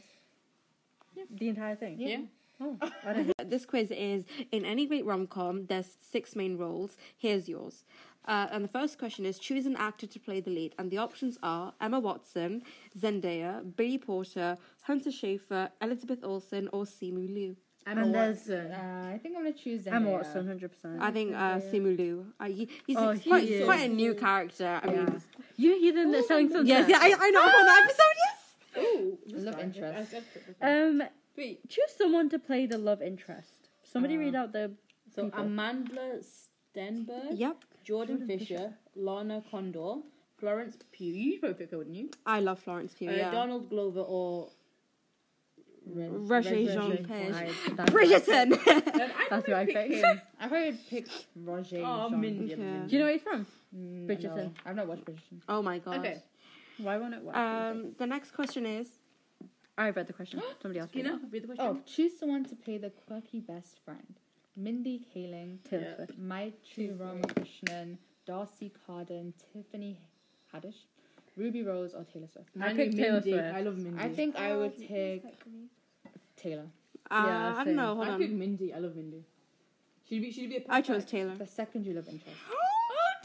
Speaker 2: The entire thing.
Speaker 1: Yeah.
Speaker 2: Oh, I don't know.
Speaker 3: This quiz is in any great rom com, there's six main roles. Here's yours. Uh, and the first question is choose an actor to play the lead. And the options are Emma Watson, Zendaya, Billy Porter, Hunter Schafer, Elizabeth Olsen, or Simu Liu.
Speaker 5: Emma
Speaker 2: And there's-
Speaker 5: Watson. Uh, I think I'm gonna choose Zendaya.
Speaker 2: Emma Watson, hundred percent.
Speaker 3: I think uh, Simu Liu. Uh, he, he's
Speaker 2: Oh,
Speaker 3: he's quite,
Speaker 2: he
Speaker 3: he's
Speaker 2: is.
Speaker 3: quite a new character. I mean,
Speaker 2: Yeah. You hear them they're selling sunset.
Speaker 3: yes, yeah, I, I know. I'm on that episode, yes!
Speaker 1: Ooh, this
Speaker 5: Love
Speaker 1: guy.
Speaker 5: interest.
Speaker 1: I- Uh, I- I-
Speaker 2: Um,
Speaker 4: Wait.
Speaker 2: choose someone to play the love interest. Somebody
Speaker 5: Uh,
Speaker 2: read out the.
Speaker 1: So
Speaker 2: people.
Speaker 1: Amanda Stenberg,
Speaker 3: Yep.
Speaker 1: Jordan Fisher, Lana Condor, Florence Pugh. You'd probably pick her, wouldn't you?
Speaker 3: I love Florence Pugh.
Speaker 1: Uh,
Speaker 3: yeah.
Speaker 1: Donald Glover or
Speaker 3: Roger
Speaker 1: Roger
Speaker 3: Jean
Speaker 2: I,
Speaker 3: Page.
Speaker 2: that's-
Speaker 3: Bridgerton!
Speaker 1: Um, I
Speaker 2: That's who I
Speaker 1: pick
Speaker 2: picked.
Speaker 1: him.
Speaker 5: I probably would pick Roger.
Speaker 1: Oh,
Speaker 5: Jean.
Speaker 1: Mindy.
Speaker 3: Okay.
Speaker 1: Mindy.
Speaker 2: Do you know where he's from?
Speaker 5: Mm,
Speaker 2: Bridgerton.
Speaker 5: no, I've not watched Bridgerton.
Speaker 3: oh my god.
Speaker 1: Okay. Uh,
Speaker 2: Why won't it work?
Speaker 3: Um, the next question is
Speaker 2: I read the question. Somebody else.
Speaker 1: You
Speaker 2: read
Speaker 1: know,
Speaker 2: it.
Speaker 1: read the question.
Speaker 5: Oh, choose someone to play the quirky best friend. Mindy Kaling,
Speaker 2: Taylor
Speaker 1: Yeah.
Speaker 2: Swift.
Speaker 5: Maitri Ramakrishnan, Darcy Carden, Tiffany Haddish, Ruby Rose, or Taylor Swift.
Speaker 1: Mine
Speaker 2: picked
Speaker 1: is
Speaker 2: Taylor
Speaker 1: Mindy.
Speaker 2: Swift.
Speaker 1: oh, I love Mindy.
Speaker 5: I think I would take Taylor.
Speaker 3: Uh,
Speaker 2: Yeah,
Speaker 3: I don't
Speaker 2: same.
Speaker 3: know. Hold
Speaker 1: I
Speaker 3: on.
Speaker 1: picked Mindy. I love Mindy. She'd be. She'd be. A
Speaker 3: I chose Taylor.
Speaker 5: The second you love interest.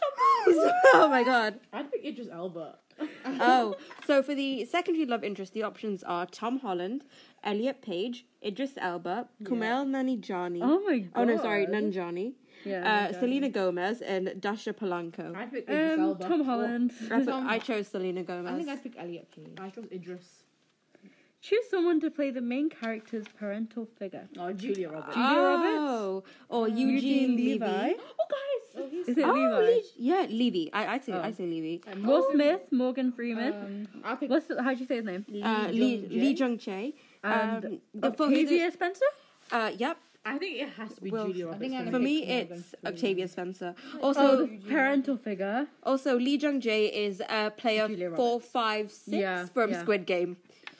Speaker 3: oh my god.
Speaker 1: I'd pick Idris Elba.
Speaker 3: Oh, so for the secondary love interest, the options are Tom Holland, Elliot Page, Idris Elba, Kumail Nanjiani.
Speaker 2: Oh my god.
Speaker 3: Oh, no, sorry, Nanjiani.
Speaker 2: Yeah.
Speaker 3: uh, Selena Gomez and Dasha Polanco.
Speaker 1: I'd pick Idris
Speaker 2: um,
Speaker 1: Elba.
Speaker 2: Tom Holland.
Speaker 3: That's what, I chose Selena Gomez.
Speaker 5: I think I'd pick Elliot Page.
Speaker 1: I chose Idris.
Speaker 2: Choose someone to play the main character's parental figure.
Speaker 1: Oh, Julia Roberts.
Speaker 2: Uh, Julia Roberts?
Speaker 3: Oh, or Eugene, Levy.
Speaker 2: Oh, Oh. guys. Is it
Speaker 3: Oh,
Speaker 2: Levi?
Speaker 3: Le- yeah, Levy. I, I say
Speaker 2: Oh.
Speaker 3: I say Levy.
Speaker 2: Will Smith, Morgan Freeman.
Speaker 5: Um, I'll pick
Speaker 2: What's the, how'd you say his name?
Speaker 3: Uh, Lee
Speaker 1: Jung-jae?
Speaker 3: Lee Jung Che.
Speaker 2: And
Speaker 3: Um, the photo-
Speaker 2: Octavia Spencer.
Speaker 3: Uh, yep.
Speaker 1: I think it has to be
Speaker 3: Will-
Speaker 1: Julia
Speaker 5: I
Speaker 1: Roberts.
Speaker 5: think
Speaker 1: for
Speaker 5: I'm
Speaker 1: me.
Speaker 3: For me,
Speaker 5: pick Morgan
Speaker 3: it's
Speaker 5: Freeman.
Speaker 3: Octavia Spencer.
Speaker 2: Oh,
Speaker 3: Also,
Speaker 2: the parental figure.
Speaker 3: also Lee Jung Jae is a player
Speaker 5: Julia
Speaker 3: four, five, six
Speaker 2: Yeah,
Speaker 3: from
Speaker 2: yeah.
Speaker 3: Squid Game.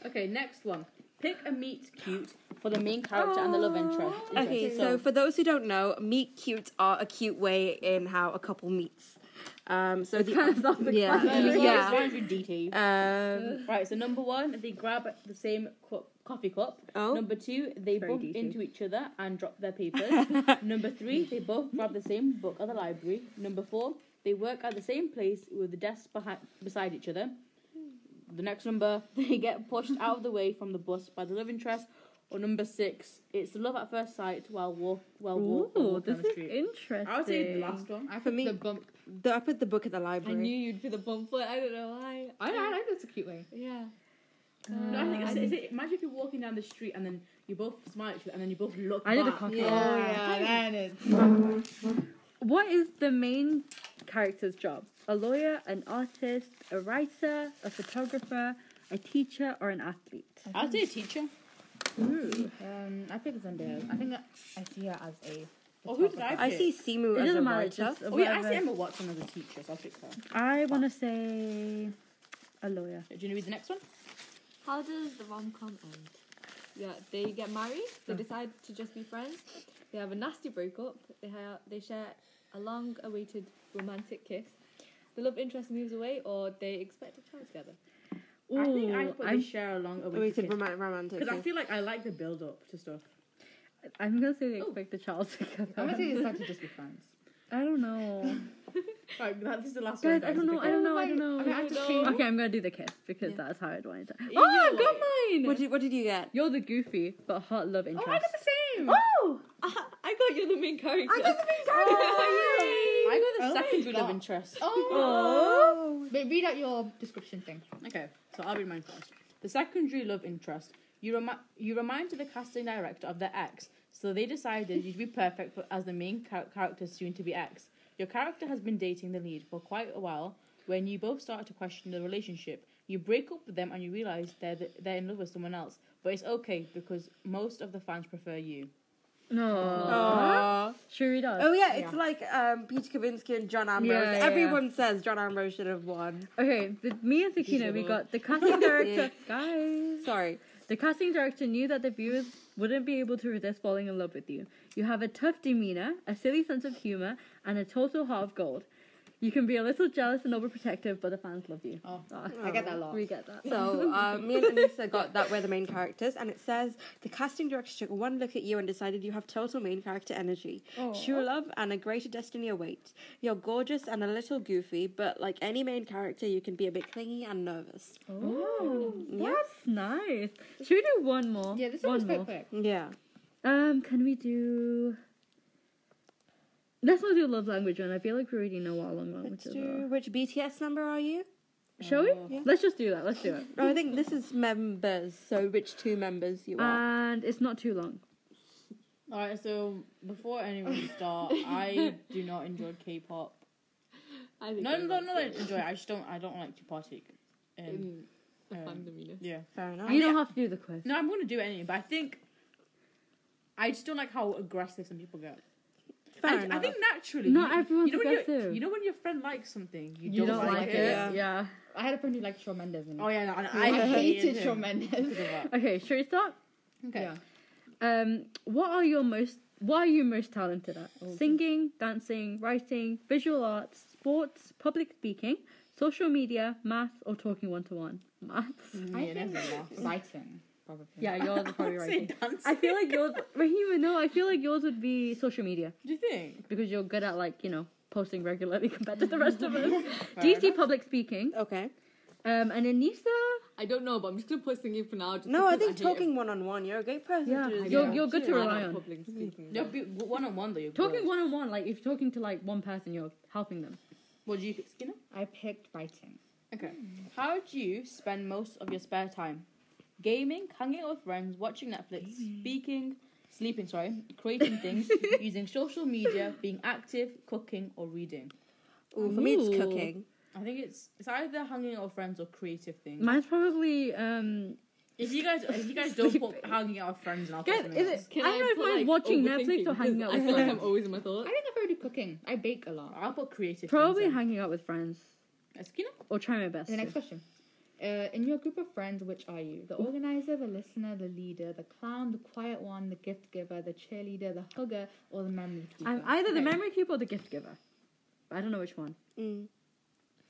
Speaker 1: Okay, next one. Pick a meet cute for the main character and the love interest.
Speaker 3: Okay, so for those who don't know, meet cutes are a cute way in how a couple meets. Um, so the
Speaker 2: kind of not the
Speaker 3: yeah,
Speaker 2: question.
Speaker 3: yeah.
Speaker 1: DT.
Speaker 3: Um,
Speaker 1: Right, so number one, they grab the same cu- coffee cup.
Speaker 3: oh,
Speaker 1: Number two, they
Speaker 5: Very
Speaker 1: bump
Speaker 5: decent.
Speaker 1: into each other and drop their papers. Number three, they both grab the same book at the library. Number four, they work at the same place with the desks behind, beside each other. The next number, they get pushed out of the way from the bus by the love interest. Or number six, it's love at first sight while walk while walk, while
Speaker 2: Ooh,
Speaker 1: walking
Speaker 2: this
Speaker 1: on the
Speaker 2: is
Speaker 1: street.
Speaker 2: interesting.
Speaker 1: I would say the last one.
Speaker 5: I
Speaker 3: For
Speaker 5: put
Speaker 3: me-
Speaker 5: the bump.
Speaker 3: the, I put the book at the
Speaker 4: I
Speaker 3: library.
Speaker 4: knew you'd be the bump foot. I don't know why.
Speaker 5: I, I like that's a cute way.
Speaker 4: Yeah.
Speaker 1: No, I think
Speaker 2: Uh,
Speaker 1: it's, it's, it, imagine if you're walking down the street and then you both smile at each other and then you both look.
Speaker 2: I did a
Speaker 1: back.
Speaker 2: coffee.
Speaker 3: Yeah.
Speaker 5: Oh yeah, that is.
Speaker 2: What is the main character's job? A lawyer, an artist, a writer, a photographer, a teacher, or an athlete?
Speaker 1: I'd say a teacher.
Speaker 5: Um, I picked Zendaya. I think I, I see her as a.
Speaker 1: Oh, who did I
Speaker 5: photographer.
Speaker 3: I see
Speaker 2: It
Speaker 3: Simu as a
Speaker 2: doesn't matter.
Speaker 3: writer.
Speaker 2: Just
Speaker 1: Oh, yeah, I
Speaker 2: whatever.
Speaker 1: see Emma Watson as a teacher, so I'll pick her.
Speaker 2: I want to say a lawyer.
Speaker 1: Do you know who's the next one?
Speaker 4: How does the rom com end? Yeah, they get married. They
Speaker 2: Hmm.
Speaker 4: decide to just be friends. They have a nasty breakup. They ha- they share a long-awaited romantic kiss. The love interest moves away, or they expect a child together.
Speaker 2: Ooh,
Speaker 1: I think I put
Speaker 2: I'm,
Speaker 1: the share along
Speaker 3: Oh, it's a
Speaker 1: because
Speaker 3: rom- romantic.
Speaker 1: I
Speaker 3: yeah.
Speaker 1: feel like I like the build up to stuff.
Speaker 2: I'm gonna say they expect the child together.
Speaker 5: I'm gonna say it's not to just be friends.
Speaker 2: I don't know.
Speaker 1: Right, that, this is the last
Speaker 2: Guys,
Speaker 1: one.
Speaker 2: I don't know. I don't know. I
Speaker 5: Oh
Speaker 2: don't
Speaker 5: my-
Speaker 2: know.
Speaker 5: I have to see.
Speaker 2: Okay, I'm gonna do the kiss because
Speaker 3: Yeah.
Speaker 2: that's how I'd want it.
Speaker 4: Either
Speaker 2: Oh, I
Speaker 4: way.
Speaker 2: got mine.
Speaker 3: What did What did you get?
Speaker 2: You're the goofy but hot love
Speaker 5: Oh,
Speaker 2: interest.
Speaker 5: I got the same.
Speaker 2: Oh,
Speaker 4: I got you the main character.
Speaker 1: I got
Speaker 5: Oh
Speaker 1: the
Speaker 5: my
Speaker 1: second bit of
Speaker 5: God.
Speaker 1: interest.
Speaker 5: Oh. Wait, read out your description thing.
Speaker 1: Okay, so I'll read mine first. The secondary love interest. You, remi- you reminded the casting director of their ex, so they decided you'd be perfect for, as the main char- character soon to be ex. Your character has been dating the lead for quite a while. When you both start to question the relationship, you break up with them and you realize they're, the- they're in love with someone else. But it's okay because most of the fans prefer you.
Speaker 2: no.
Speaker 3: Aw.
Speaker 2: Should we read ours?
Speaker 3: Oh yeah, it's like um, Peter Kavinsky and John Ambrose.
Speaker 2: Yeah, yeah,
Speaker 3: Everyone says John Ambrose should have won.
Speaker 5: Oh.
Speaker 2: Okay, but me and Sakina, we got the casting director. Guys,
Speaker 3: Sorry.
Speaker 2: the casting director knew that the viewers wouldn't be able to resist falling in love with you. You have a tough demeanor, a silly sense of humor, and a total heart of gold. You can be a little jealous and overprotective, but the fans love you.
Speaker 5: Oh,
Speaker 2: Ah,
Speaker 5: I get that a lot.
Speaker 2: we get that.
Speaker 3: So um, me and Anissa got that we're the main characters, and it says the casting director took one look at you and decided you have total main character energy, true love, and a greater destiny await. You're gorgeous and a little goofy, but like any main character, you can be a bit clingy and nervous.
Speaker 2: Oh, that's nice. Should we do one more?
Speaker 5: Yeah, this
Speaker 2: Oh, one
Speaker 5: one was
Speaker 2: more.
Speaker 5: quite quick.
Speaker 3: Yeah.
Speaker 2: Um, can we do? Let's not do love language one. I feel like we already know what love
Speaker 3: Let's
Speaker 2: languages
Speaker 3: do
Speaker 2: are.
Speaker 3: which BTS number are you?
Speaker 2: Shall we?
Speaker 3: Yeah.
Speaker 2: Let's just do that. Let's do it.
Speaker 3: Oh, I think this is members. So which two members you are?
Speaker 2: And it's not too long.
Speaker 1: All right, so before anyone start, I do not enjoy K-pop.
Speaker 4: I think
Speaker 1: No, no, no,
Speaker 4: everyone's
Speaker 1: no, I
Speaker 4: got
Speaker 1: enjoy. it. I just don't. I don't like to partake.
Speaker 4: it.
Speaker 1: Um,
Speaker 4: Mm, the
Speaker 1: Um,
Speaker 4: fandom, you know.
Speaker 1: yeah.
Speaker 3: Fair enough.
Speaker 2: You don't have to do the quiz.
Speaker 1: No, I'm gonna do it anyway. But I think I just don't like how aggressive some people get.
Speaker 3: Fair
Speaker 1: I,
Speaker 3: enough.
Speaker 1: I think naturally,
Speaker 2: Not
Speaker 1: you-
Speaker 2: everyone's
Speaker 1: you know when you-
Speaker 2: aggressive.
Speaker 1: You know when your friend likes something, you,
Speaker 5: You
Speaker 1: don't,
Speaker 5: don't
Speaker 1: like,
Speaker 5: like
Speaker 1: it.
Speaker 5: it.
Speaker 2: Yeah.
Speaker 3: Yeah.
Speaker 5: I had a friend who liked Shawn Mendes. And
Speaker 1: Oh yeah, no, I,
Speaker 5: I,
Speaker 1: I
Speaker 5: hated
Speaker 1: him.
Speaker 5: Shawn Mendes.
Speaker 2: Okay, should we start?
Speaker 1: Okay.
Speaker 5: Yeah.
Speaker 2: Um, what are your most? What are you most talented at? Singing, dancing, writing, visual arts, sports, public speaking, social media, maths, or talking one to one? Maths.
Speaker 5: I
Speaker 1: Yeah,
Speaker 5: think
Speaker 1: that's a lot.
Speaker 5: writing probably.
Speaker 2: Yeah, yours are probably
Speaker 1: I'd say
Speaker 2: writing.
Speaker 1: dancing.
Speaker 2: I feel like yours, Rahima. No, I feel like yours would be social media
Speaker 1: Do you think?
Speaker 2: because you're good at like you know posting regularly compared to the rest of us.
Speaker 1: Fair
Speaker 2: DC
Speaker 1: enough.
Speaker 2: public speaking,
Speaker 3: Okay.
Speaker 2: um, and Anissa.
Speaker 4: I don't know, but I'm just gonna put singing for now. Just
Speaker 3: No, I
Speaker 4: because
Speaker 3: think
Speaker 4: hate it.
Speaker 3: talking one on one, you're a great person.
Speaker 2: Yeah,
Speaker 3: to do Mm-hmm.
Speaker 2: you're
Speaker 3: that.
Speaker 2: you're good to
Speaker 4: I
Speaker 2: rely
Speaker 4: like
Speaker 2: on.
Speaker 4: public speaking.
Speaker 1: No, be, one on one though. You're
Speaker 2: Talking
Speaker 1: Good.
Speaker 2: one on one, like if you're talking to like one person, you're helping them.
Speaker 1: What do you think, Skinner?
Speaker 5: I picked writing.
Speaker 1: Okay. How do you spend most of your spare time? Gaming, hanging out with friends, watching Netflix, speaking, sleeping, sorry, creating things, using social media, being active, cooking, or reading.
Speaker 3: Ooh, for me, it's
Speaker 2: Ooh.
Speaker 3: cooking.
Speaker 1: I think it's it's either hanging out with friends or creative things.
Speaker 2: Mine's probably um.
Speaker 1: if you guys if you guys don't put
Speaker 2: Sleeping.
Speaker 1: hanging out with friends, and I'll
Speaker 2: Guys,
Speaker 1: put something
Speaker 2: is
Speaker 1: else.
Speaker 2: it? I don't know if
Speaker 4: put,
Speaker 2: mine's
Speaker 4: like,
Speaker 2: watching Netflix or
Speaker 4: overthinking?
Speaker 2: hanging out
Speaker 4: I
Speaker 2: with
Speaker 4: feel like
Speaker 2: friends.
Speaker 4: I'm always in my thoughts.
Speaker 5: I think I probably do cooking. I bake a
Speaker 2: Ah,
Speaker 5: lot.
Speaker 1: I'll put creative.
Speaker 2: Probably
Speaker 1: things
Speaker 2: hanging out with friends
Speaker 1: in. Eskina?
Speaker 2: or try my best.
Speaker 5: The next
Speaker 2: to.
Speaker 5: question. Uh, in your group of friends, which are you?
Speaker 2: Hmm.
Speaker 5: The organizer, the listener, the leader, the clown, the quiet one, the gift giver, the cheerleader, the hugger, or the memory keeper?
Speaker 2: I'm either the
Speaker 1: Okay.
Speaker 2: memory keeper or the gift giver. I don't know which one.
Speaker 3: Mm.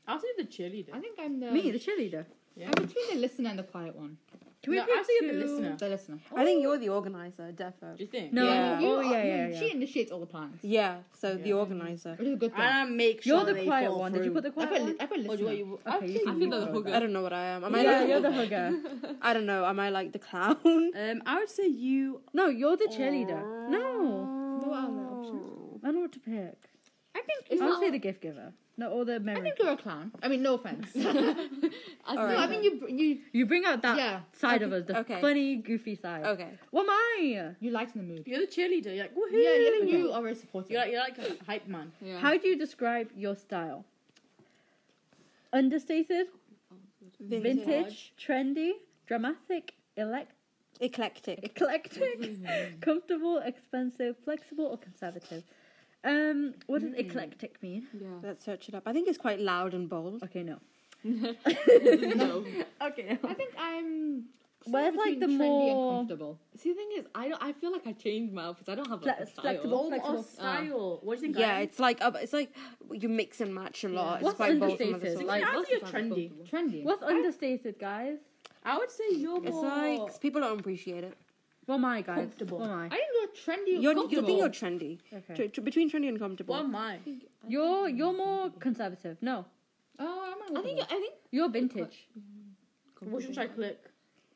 Speaker 1: I'll say the cheerleader.
Speaker 5: I think I'm the.
Speaker 2: Me, the cheerleader.
Speaker 1: yeah.
Speaker 5: I'm between the listener and the quiet one.
Speaker 2: Can we
Speaker 1: No,
Speaker 2: pick
Speaker 1: I say the
Speaker 2: two?
Speaker 1: listener.
Speaker 5: The listener.
Speaker 3: I think you're the organizer, defo.
Speaker 1: Do you think?
Speaker 2: No.
Speaker 5: Yeah.
Speaker 2: Oh,
Speaker 5: You-
Speaker 2: yeah,
Speaker 5: you-
Speaker 2: yeah, yeah.
Speaker 5: She initiates all the plans.
Speaker 3: Yeah, so the
Speaker 1: Yeah.
Speaker 3: organizer.
Speaker 5: Which is a good thing.
Speaker 1: And I make sure
Speaker 2: You're the
Speaker 1: they
Speaker 2: quiet
Speaker 1: fall
Speaker 2: one. Did you
Speaker 1: through.
Speaker 2: put the
Speaker 5: I
Speaker 2: quiet
Speaker 5: put,
Speaker 2: one?
Speaker 5: li- I put
Speaker 1: Or do
Speaker 5: listener.
Speaker 1: I- you-
Speaker 2: Okay,
Speaker 1: I'd
Speaker 2: you
Speaker 1: say
Speaker 2: can
Speaker 1: you
Speaker 2: be
Speaker 1: are
Speaker 2: the
Speaker 1: the
Speaker 2: hugger.
Speaker 1: hugger.
Speaker 3: I don't know what I am. Am I
Speaker 2: yeah,
Speaker 3: like?
Speaker 2: you're the hugger.
Speaker 3: I don't know. Am I like the clown?
Speaker 1: Um, I would say you.
Speaker 2: No, you're the cheerleader. No.
Speaker 5: What are the options?
Speaker 2: I don't know what to pick.
Speaker 5: I think
Speaker 4: It's
Speaker 2: I'll
Speaker 4: not-
Speaker 2: say the gift giver. No, or the
Speaker 5: I
Speaker 2: memory.
Speaker 5: think you're a clown. I mean, no offense. no,
Speaker 4: As
Speaker 3: Alright.
Speaker 4: in-
Speaker 5: I mean you. br- You
Speaker 2: You bring out that
Speaker 5: Yeah.
Speaker 2: side of us, the
Speaker 3: Okay.
Speaker 2: funny, goofy side.
Speaker 3: Okay.
Speaker 2: What am I?
Speaker 5: you lighten the mood.
Speaker 1: You're the cheerleader. You're like woohoo.
Speaker 5: Yeah, yeah like you are very supportive.
Speaker 1: You're like you're like a hype man.
Speaker 4: yeah.
Speaker 2: How do you describe your style? Understated, vintage, trendy, dramatic, elect,
Speaker 3: Eclectic.
Speaker 2: eclectic, comfortable, expensive, flexible, or conservative. Um, what does eclectic mean?
Speaker 4: yeah.
Speaker 3: Let's search it up. I think it's quite loud and bold.
Speaker 2: Okay, no.
Speaker 4: no.
Speaker 2: Okay.
Speaker 5: I think I'm.
Speaker 2: Where's, like,
Speaker 5: between
Speaker 2: the
Speaker 5: trendy and
Speaker 2: more-
Speaker 5: comfortable?
Speaker 4: See, the thing is, I don't. I feel like I changed my outfits. I don't have like,
Speaker 2: Fle-
Speaker 4: a style.
Speaker 2: flexible.
Speaker 1: Form
Speaker 2: flexible. Ah.
Speaker 1: or style. What do you think?
Speaker 3: Yeah,
Speaker 1: I am?
Speaker 3: it's like uh, it's like you mix and match a lot. It's
Speaker 2: What's
Speaker 3: quite bold. from
Speaker 2: understated?
Speaker 3: other
Speaker 1: I
Speaker 2: like,
Speaker 1: mean, I'd
Speaker 4: lots
Speaker 1: say you're
Speaker 4: of times I'm
Speaker 1: trendy.
Speaker 4: comfortable.
Speaker 5: Trendy.
Speaker 2: What's understated, guys?
Speaker 1: I would say you're
Speaker 3: It's
Speaker 1: more.
Speaker 3: like people don't appreciate it.
Speaker 2: What am I, guys?
Speaker 1: Comfortable.
Speaker 2: What am I?
Speaker 5: I think you're trendy.
Speaker 3: You're,
Speaker 5: You're,
Speaker 3: you
Speaker 5: comfortable.
Speaker 3: think you're trendy.
Speaker 2: Okay.
Speaker 3: Tr- tr- between trendy and comfortable.
Speaker 1: What am I?
Speaker 2: You're you're more conservative. No,
Speaker 5: Oh, I'm
Speaker 4: I
Speaker 5: gonna
Speaker 4: think. I think.
Speaker 2: you're vintage
Speaker 1: What should I click?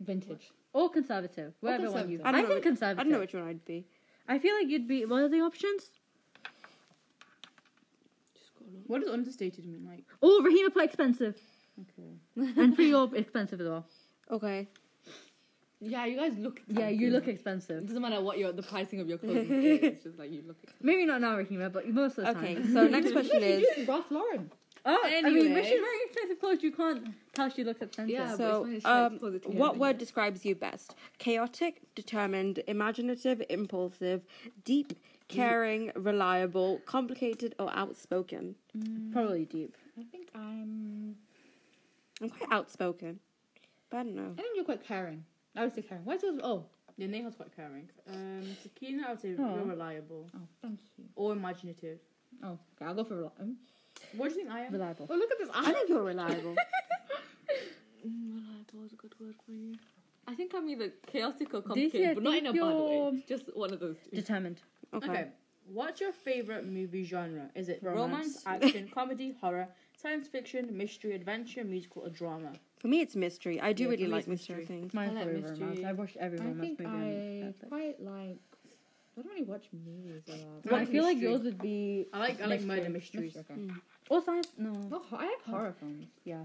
Speaker 5: vintage.
Speaker 2: or conservative, whatever one you.
Speaker 5: conservative.
Speaker 2: I,
Speaker 3: I don't know
Speaker 2: think
Speaker 3: which-
Speaker 2: conservative.
Speaker 3: I don't know which one I'd be.
Speaker 2: I feel like you'd be. What are the options?
Speaker 1: What does understated mean? Like
Speaker 2: Oh, Rahima play expensive
Speaker 1: okay.
Speaker 2: and free or expensive as well.
Speaker 3: Okay.
Speaker 4: Yeah, you guys look.
Speaker 2: Yeah, you
Speaker 4: expensive.
Speaker 2: look
Speaker 4: It
Speaker 2: expensive.
Speaker 4: doesn't matter what your the pricing of your clothes is. It's just like you look. expensive.
Speaker 2: Maybe not now, Rahima, but most of the
Speaker 3: Okay.
Speaker 2: time.
Speaker 3: So next question is.
Speaker 5: Ralph Lauren.
Speaker 2: Oh, I mean, when
Speaker 1: Anyway.
Speaker 2: she's wearing expensive clothes, you can't tell she looks expensive.
Speaker 4: Yeah, but
Speaker 3: So,
Speaker 4: it's when it's like
Speaker 3: um,
Speaker 4: positive,
Speaker 3: what
Speaker 4: yeah.
Speaker 3: word describes you best? Chaotic, determined, imaginative, impulsive, deep, caring, reliable, complicated, or outspoken?
Speaker 2: Probably deep.
Speaker 5: I think I'm.
Speaker 3: I'm quite outspoken, but I don't know.
Speaker 5: I think you're quite caring. I would say caring. Why is yours? Oh,
Speaker 1: Yeah, Neha's quite caring. Um, Sakina, I would say
Speaker 2: Aw.
Speaker 1: you're reliable
Speaker 5: oh, thank you.
Speaker 1: or imaginative.
Speaker 5: Oh, okay. I'll go for rel- um,
Speaker 1: What do you think I am?
Speaker 2: Reliable.
Speaker 5: Oh, look at this
Speaker 3: I
Speaker 5: eye.
Speaker 3: think you're reliable.
Speaker 4: Mm, reliable is a good word for you. I think I'm either chaotic or
Speaker 2: Do you see, I
Speaker 4: complicated, but not in
Speaker 2: think
Speaker 4: a bad
Speaker 2: you're-
Speaker 4: way. Just one of those two.
Speaker 2: Determined.
Speaker 3: Okay.
Speaker 1: Okay. What's your favorite movie genre? Is it
Speaker 2: Romance.
Speaker 1: romance, action, comedy, horror, science fiction, mystery, adventure, musical, or drama?
Speaker 3: For me, it's mystery. I do
Speaker 1: Yeah,
Speaker 3: really
Speaker 1: for me
Speaker 3: like
Speaker 1: it's
Speaker 3: mystery,
Speaker 1: mystery.
Speaker 3: things.
Speaker 2: Mine's
Speaker 1: I like
Speaker 2: probably
Speaker 1: mystery.
Speaker 2: romance. I've watched every
Speaker 5: I
Speaker 2: romance
Speaker 5: think
Speaker 2: movie. on
Speaker 5: I
Speaker 2: Netflix.
Speaker 5: quite like. I don't really watch movies a lot.
Speaker 1: Well,
Speaker 2: I feel like
Speaker 1: mystery.
Speaker 2: yours would be.
Speaker 1: I like I like murder
Speaker 5: Mystery,
Speaker 1: mysteries.
Speaker 5: okay.
Speaker 2: Or science. No.
Speaker 5: No, ho- I like horror films.
Speaker 2: Yeah.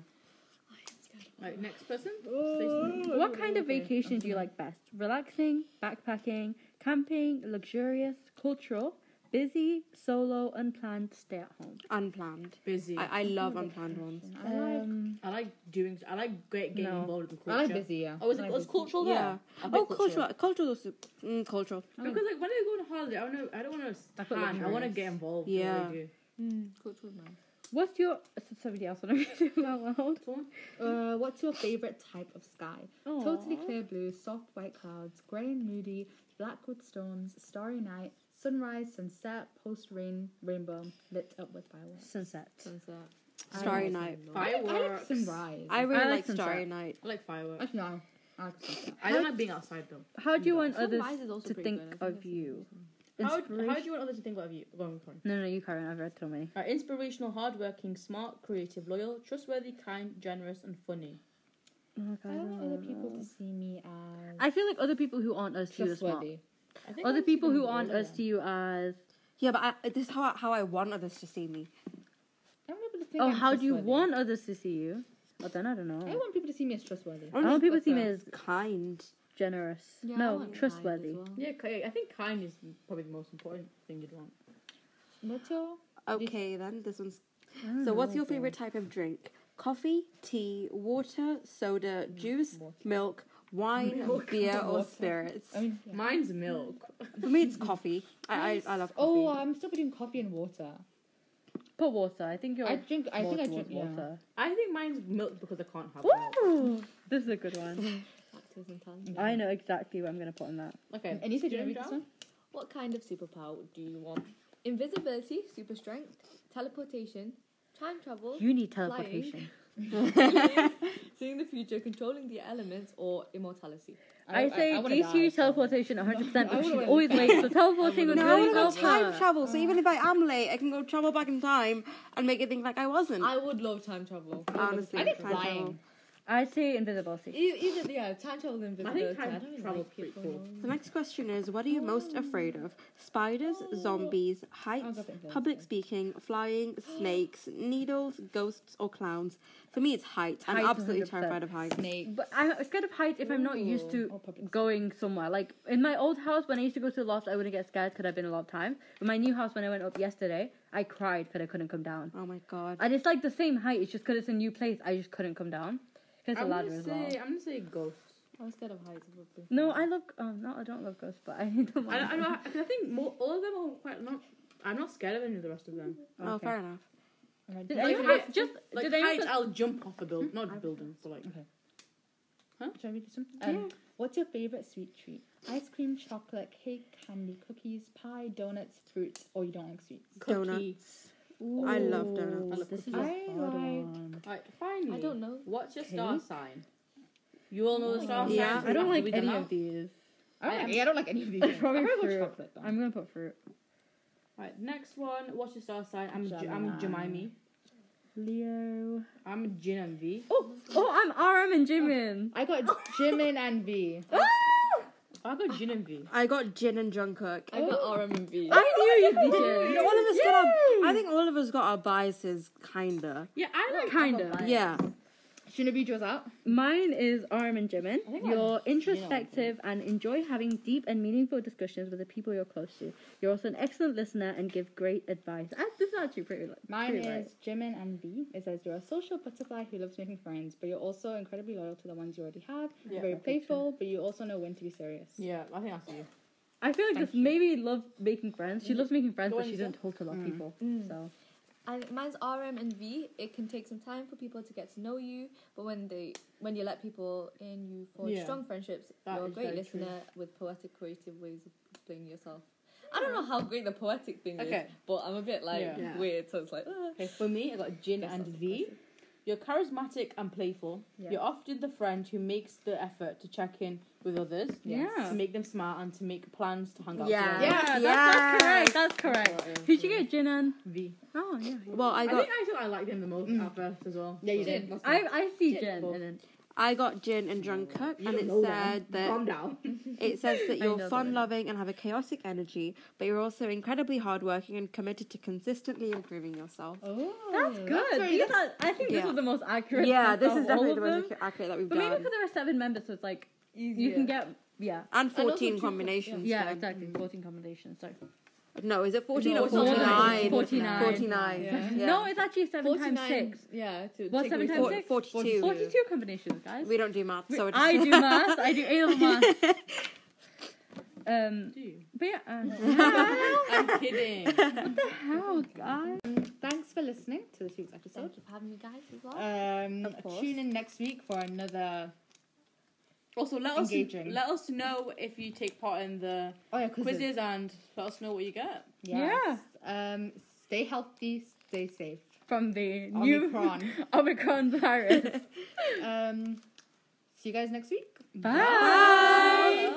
Speaker 1: Right, next person.
Speaker 2: What kind of vacation do you like best? Relaxing, backpacking, camping, luxurious, cultural, busy, solo, unplanned, stay at home.
Speaker 3: Unplanned.
Speaker 1: Busy. I,
Speaker 3: I, I love unplanned ones.
Speaker 5: I like.
Speaker 2: Um,
Speaker 1: like doing. I like get, getting
Speaker 2: No.
Speaker 1: involved with the
Speaker 5: I
Speaker 1: culture.
Speaker 5: like busy. Yeah.
Speaker 1: Oh, is
Speaker 2: I
Speaker 1: it
Speaker 2: like
Speaker 1: was
Speaker 2: busy.
Speaker 1: cultural there?
Speaker 3: Yeah.
Speaker 1: I
Speaker 3: Oh,
Speaker 1: bet
Speaker 3: cultural. Cultural. is- Mm, cultural.
Speaker 1: Because like when I go on holiday, I want to. I don't want to
Speaker 5: put
Speaker 1: stand. I want to
Speaker 5: luxurious.
Speaker 1: get involved.
Speaker 3: Yeah.
Speaker 1: I do.
Speaker 4: Mm, which was nice.
Speaker 2: what's your s- somebody else want to read it out loud?
Speaker 5: Uh, what's your favorite type of sky?
Speaker 2: Aw.
Speaker 5: Totally clear blue, soft white clouds, grey and moody, blackwood storms, starry night, sunrise, sunset, post rain, rainbow, lit up with fireworks.
Speaker 2: Sunset.
Speaker 4: Sunset.
Speaker 3: Starry
Speaker 5: I-
Speaker 3: night.
Speaker 1: Fireworks.
Speaker 5: I like sunrise.
Speaker 3: I really
Speaker 2: like
Speaker 3: like
Speaker 2: sunset.
Speaker 3: Starry Night.
Speaker 1: I like fireworks.
Speaker 5: Actually, no, I like sunset.
Speaker 1: I don't like being outside though.
Speaker 2: How do you want
Speaker 4: Sunrise
Speaker 2: others
Speaker 4: is also
Speaker 2: to
Speaker 4: pretty
Speaker 2: think
Speaker 4: good. I think
Speaker 2: of
Speaker 4: that's
Speaker 2: you?
Speaker 1: How, how do
Speaker 2: Inspiration-
Speaker 1: you want others to think of you? Go on, go on.
Speaker 2: No, no, you Karen. I've read so many.
Speaker 1: Are inspirational, hardworking, smart, creative, loyal, trustworthy, kind, generous, and funny.
Speaker 2: Oh my
Speaker 5: I
Speaker 2: God,
Speaker 5: want other
Speaker 2: don't
Speaker 5: people
Speaker 2: know.
Speaker 5: to see me as
Speaker 2: I feel like other people who aren't us to you as well.
Speaker 5: trustworthy.
Speaker 1: I think
Speaker 2: Other
Speaker 1: I'm
Speaker 2: people who
Speaker 1: feeling
Speaker 2: aren't
Speaker 1: older.
Speaker 2: us to you as
Speaker 3: Yeah, but I, this is how, I- how I want others to see me.
Speaker 5: I want people to think.
Speaker 2: oh,
Speaker 5: I'm
Speaker 2: how do you
Speaker 5: trustworthy.
Speaker 2: want others to see you? Well, then I don't
Speaker 5: I
Speaker 2: know.
Speaker 5: want people to see me as trustworthy.
Speaker 2: I want people to see me
Speaker 3: Okay.
Speaker 2: as
Speaker 3: kind.
Speaker 2: generous.
Speaker 4: Yeah, I
Speaker 2: no,
Speaker 4: want
Speaker 2: trustworthy.
Speaker 4: mine as well.
Speaker 1: Yeah, ki- I think kind is probably the most important thing you'd want.
Speaker 5: What's your?
Speaker 3: Okay, then this one's.
Speaker 2: I don't
Speaker 3: So, what's
Speaker 2: know,
Speaker 3: your
Speaker 2: girl.
Speaker 3: favorite type of drink? Coffee, tea, water, soda, juice, Mm, milk, wine, beer, or
Speaker 5: Water.
Speaker 3: spirits.
Speaker 5: I mean, yeah.
Speaker 1: Mine's milk.
Speaker 3: For me, it's coffee. I, I, I love coffee.
Speaker 5: oh, I'm still between coffee and water.
Speaker 2: Put water. I think you're.
Speaker 5: I drink. I
Speaker 2: more
Speaker 5: think I
Speaker 2: towards
Speaker 5: drink water.
Speaker 2: water.
Speaker 1: I think mine's milk because I can't have milk.
Speaker 2: Ooh, this is a good one.
Speaker 4: Actors and talent.
Speaker 2: I know exactly what I'm gonna put on that.
Speaker 1: Okay.
Speaker 5: And you said
Speaker 1: do
Speaker 5: you
Speaker 1: you
Speaker 5: don't read
Speaker 1: know
Speaker 5: this
Speaker 1: John?
Speaker 5: one.
Speaker 4: What kind of superpower do you want? Invisibility, super strength, teleportation, time travel,
Speaker 2: You need
Speaker 4: Flying.
Speaker 2: teleportation.
Speaker 4: seeing the future, controlling the elements, or immortality.
Speaker 2: I, say
Speaker 5: I would've
Speaker 2: DC
Speaker 5: died.
Speaker 2: teleportation 100%
Speaker 5: I
Speaker 2: because she's
Speaker 5: would've
Speaker 2: always late. So teleporting was
Speaker 3: No, I
Speaker 2: really
Speaker 3: want
Speaker 2: well
Speaker 3: to time
Speaker 2: planned.
Speaker 3: travel. So even if I am late, I can go travel back in time and make it think like I wasn't.
Speaker 4: I would love time travel.
Speaker 3: Honestly,
Speaker 5: I think
Speaker 3: time
Speaker 5: flying.
Speaker 3: travel.
Speaker 2: I'd say invisibility.
Speaker 4: E- either yeah, time travel and
Speaker 1: I
Speaker 4: invisibility.
Speaker 1: think time
Speaker 4: don't really
Speaker 1: travel's
Speaker 4: like
Speaker 1: pretty
Speaker 4: people.
Speaker 1: cool.
Speaker 3: The next question is: What are you most afraid of? Spiders, zombies, heights, public speaking, flying, snakes, needles, ghosts, or clowns? For me, it's heights. I'm
Speaker 2: Heights,
Speaker 3: absolutely
Speaker 2: 100%.
Speaker 3: terrified of heights.
Speaker 5: Snake.
Speaker 2: But I'm scared of heights if I'm not used to
Speaker 5: Or public
Speaker 2: going somewhere. Like in my old house, when I used to go to the loft, I wouldn't get scared because I've been a lot of times. But my new house, when I went up yesterday, I cried because I couldn't come down.
Speaker 3: Oh my god!
Speaker 2: And it's like the same height. It's just because it's a new place. I just couldn't come down. Because
Speaker 1: I'm
Speaker 2: the ladder
Speaker 1: gonna
Speaker 2: as
Speaker 1: say
Speaker 2: well.
Speaker 1: I'm gonna say ghosts.
Speaker 4: I'm scared of heights. Probably.
Speaker 2: No, I love. Oh no, I don't love ghosts, but I don't
Speaker 1: I,
Speaker 2: want.
Speaker 1: I, know, 'cause I think more, all of them are quite not. I'm not scared of any of the rest of them.
Speaker 3: Oh,
Speaker 2: okay.
Speaker 3: fair enough.
Speaker 2: Did
Speaker 1: Like
Speaker 2: anyone
Speaker 1: heights-
Speaker 2: else just?
Speaker 1: Like
Speaker 2: did anyone?
Speaker 1: heights, I'll jump off a building, not a building. So like,
Speaker 5: Should I read this one? Um, What's your favourite sweet treat? Ice cream, chocolate, cake, candy, cookies, pie, donuts, fruits, or you don't like sweets?
Speaker 3: Donuts. I love donuts.
Speaker 1: I love
Speaker 2: this is a
Speaker 1: cookies.
Speaker 5: I
Speaker 2: hard
Speaker 5: like-
Speaker 2: one.
Speaker 1: Like, finally,
Speaker 4: I don't know.
Speaker 1: What's your star sign? You all know the star sign.
Speaker 3: Yeah.
Speaker 2: I don't like any of these.
Speaker 5: I don't,
Speaker 1: I
Speaker 5: like,
Speaker 1: am-
Speaker 5: yeah, I don't like any of these.
Speaker 2: Probably
Speaker 5: I'm gonna go
Speaker 2: fruit.
Speaker 5: chocolate though.
Speaker 2: I'm gonna put fruit.
Speaker 1: Right, next one. What's your star sign? I'm G- I'm
Speaker 5: Gemini.
Speaker 1: Jemima.
Speaker 2: Leo.
Speaker 1: I'm a Jin and V.
Speaker 2: Oh, oh, I'm RM and Jimin.
Speaker 5: I got Jimin and V.
Speaker 1: I got Jin and V.
Speaker 3: Ah! I got gin and Jungkook.
Speaker 1: Oh,
Speaker 4: I got RM and V.
Speaker 2: I knew you'd be
Speaker 3: You
Speaker 2: Jimin.
Speaker 3: know, all of us got our, I think all of us got our biases, kinda.
Speaker 1: Yeah, I like
Speaker 2: Kind of.
Speaker 3: Yeah.
Speaker 5: Shinobi draws out.
Speaker 2: Mine is RM and Jimin.
Speaker 1: think
Speaker 2: You're introspective and enjoy having deep and meaningful discussions with the people you're close to. You're also an excellent listener and give great advice. Ah, this is actually pretty. li-
Speaker 5: Mine
Speaker 2: pretty
Speaker 5: is Jimin and V. It says you're a social butterfly who loves making friends, but you're also incredibly loyal to the ones you already have.
Speaker 1: Yeah,
Speaker 5: You're very playful, but you also know when to be serious.
Speaker 1: Yeah, I think that's you.
Speaker 2: I feel like
Speaker 5: Thank
Speaker 2: this maybe love making friends. She loves making friends,
Speaker 1: Go
Speaker 2: but
Speaker 1: on,
Speaker 2: she
Speaker 1: Lisa.
Speaker 2: doesn't talk to a lot of people.
Speaker 4: Mm.
Speaker 2: So
Speaker 4: I, mine's RM and V. It can take some time for people to get to know you, but when they when you let people in, you forge
Speaker 1: Yeah.
Speaker 4: strong friendships.
Speaker 1: That
Speaker 4: You're a
Speaker 1: is
Speaker 4: great
Speaker 1: very
Speaker 4: listener with poetic, creative ways of explaining yourself. I don't know how great the poetic thing
Speaker 1: Okay.
Speaker 4: is, but I'm a bit like
Speaker 1: Yeah.
Speaker 3: Yeah.
Speaker 4: weird, so it's like. ah.
Speaker 1: Okay, for me, I got Jin and V. You're charismatic and playful.
Speaker 5: Yeah.
Speaker 1: You're often the friend who makes the effort to check in with others,
Speaker 2: Yes. Yeah.
Speaker 1: to make them smile, and to make plans to hang out.
Speaker 3: Yeah.
Speaker 1: together.
Speaker 2: yeah, that's,
Speaker 3: Yes.
Speaker 2: that's correct. That's correct. Who'd you get, Jimin?
Speaker 1: V.
Speaker 2: Oh yeah.
Speaker 3: Well, I
Speaker 1: I
Speaker 3: got
Speaker 1: think I feel I like them the most at first as well.
Speaker 5: Yeah, you
Speaker 1: So-
Speaker 5: did.
Speaker 2: I I see
Speaker 1: Jin.
Speaker 2: Jin and then
Speaker 3: I got gin and Jungkook,
Speaker 1: You
Speaker 3: and
Speaker 1: don't
Speaker 3: it
Speaker 1: know
Speaker 3: said that
Speaker 1: Calm down.
Speaker 3: It says that
Speaker 2: I know
Speaker 3: you're
Speaker 2: the
Speaker 3: fun
Speaker 2: lyrics.
Speaker 3: loving and have a chaotic energy, but you're also incredibly hardworking and committed to consistently improving yourself.
Speaker 5: Oh,
Speaker 2: that's good.
Speaker 5: very-
Speaker 2: These are, I think this
Speaker 3: Yeah.
Speaker 2: was the most accurate.
Speaker 3: yeah,
Speaker 2: list
Speaker 3: this
Speaker 2: of
Speaker 3: is
Speaker 2: all
Speaker 3: definitely
Speaker 2: of
Speaker 3: the
Speaker 2: them.
Speaker 3: most ac- accurate that we've
Speaker 2: But maybe
Speaker 3: done.
Speaker 2: because there were seven members, so it's like you
Speaker 4: Easier.
Speaker 2: can get yeah.
Speaker 3: And
Speaker 4: also
Speaker 3: 14
Speaker 4: two-
Speaker 3: combinations.
Speaker 2: Yeah,
Speaker 3: yeah.
Speaker 2: exactly. 14 combinations. Sorry.
Speaker 3: No, is it 14
Speaker 2: No,
Speaker 3: or
Speaker 2: it's not.
Speaker 3: 49?
Speaker 2: 49.
Speaker 3: 49.
Speaker 4: Yeah.
Speaker 3: Yeah.
Speaker 2: No, it's actually 7 times
Speaker 4: 49
Speaker 2: 6.
Speaker 4: Yeah. To
Speaker 2: What,
Speaker 4: take
Speaker 2: seven
Speaker 4: away
Speaker 2: times
Speaker 4: four-
Speaker 2: six?
Speaker 3: 42.
Speaker 2: 42 combinations, guys.
Speaker 3: We don't do math,
Speaker 2: We-
Speaker 3: so it's
Speaker 2: I do math. I do A level math. Um,
Speaker 1: Do you?
Speaker 2: but yeah, um,
Speaker 1: I'm kidding.
Speaker 2: how, guys?
Speaker 5: Thanks for listening to this week's episode.
Speaker 4: Thank you for having me, guys. As well.
Speaker 5: Um,
Speaker 2: Of course.
Speaker 5: tune in next week for another.
Speaker 1: Also, let us
Speaker 5: Engaging.
Speaker 1: let us know if you take part in the
Speaker 5: Oh yeah, quizzes.
Speaker 1: quizzes and let us know what you get.
Speaker 5: Yes. Um, stay healthy, stay safe.
Speaker 2: From the new
Speaker 5: Omicron.
Speaker 2: Omicron virus.
Speaker 5: um, see you guys next week.
Speaker 2: Bye.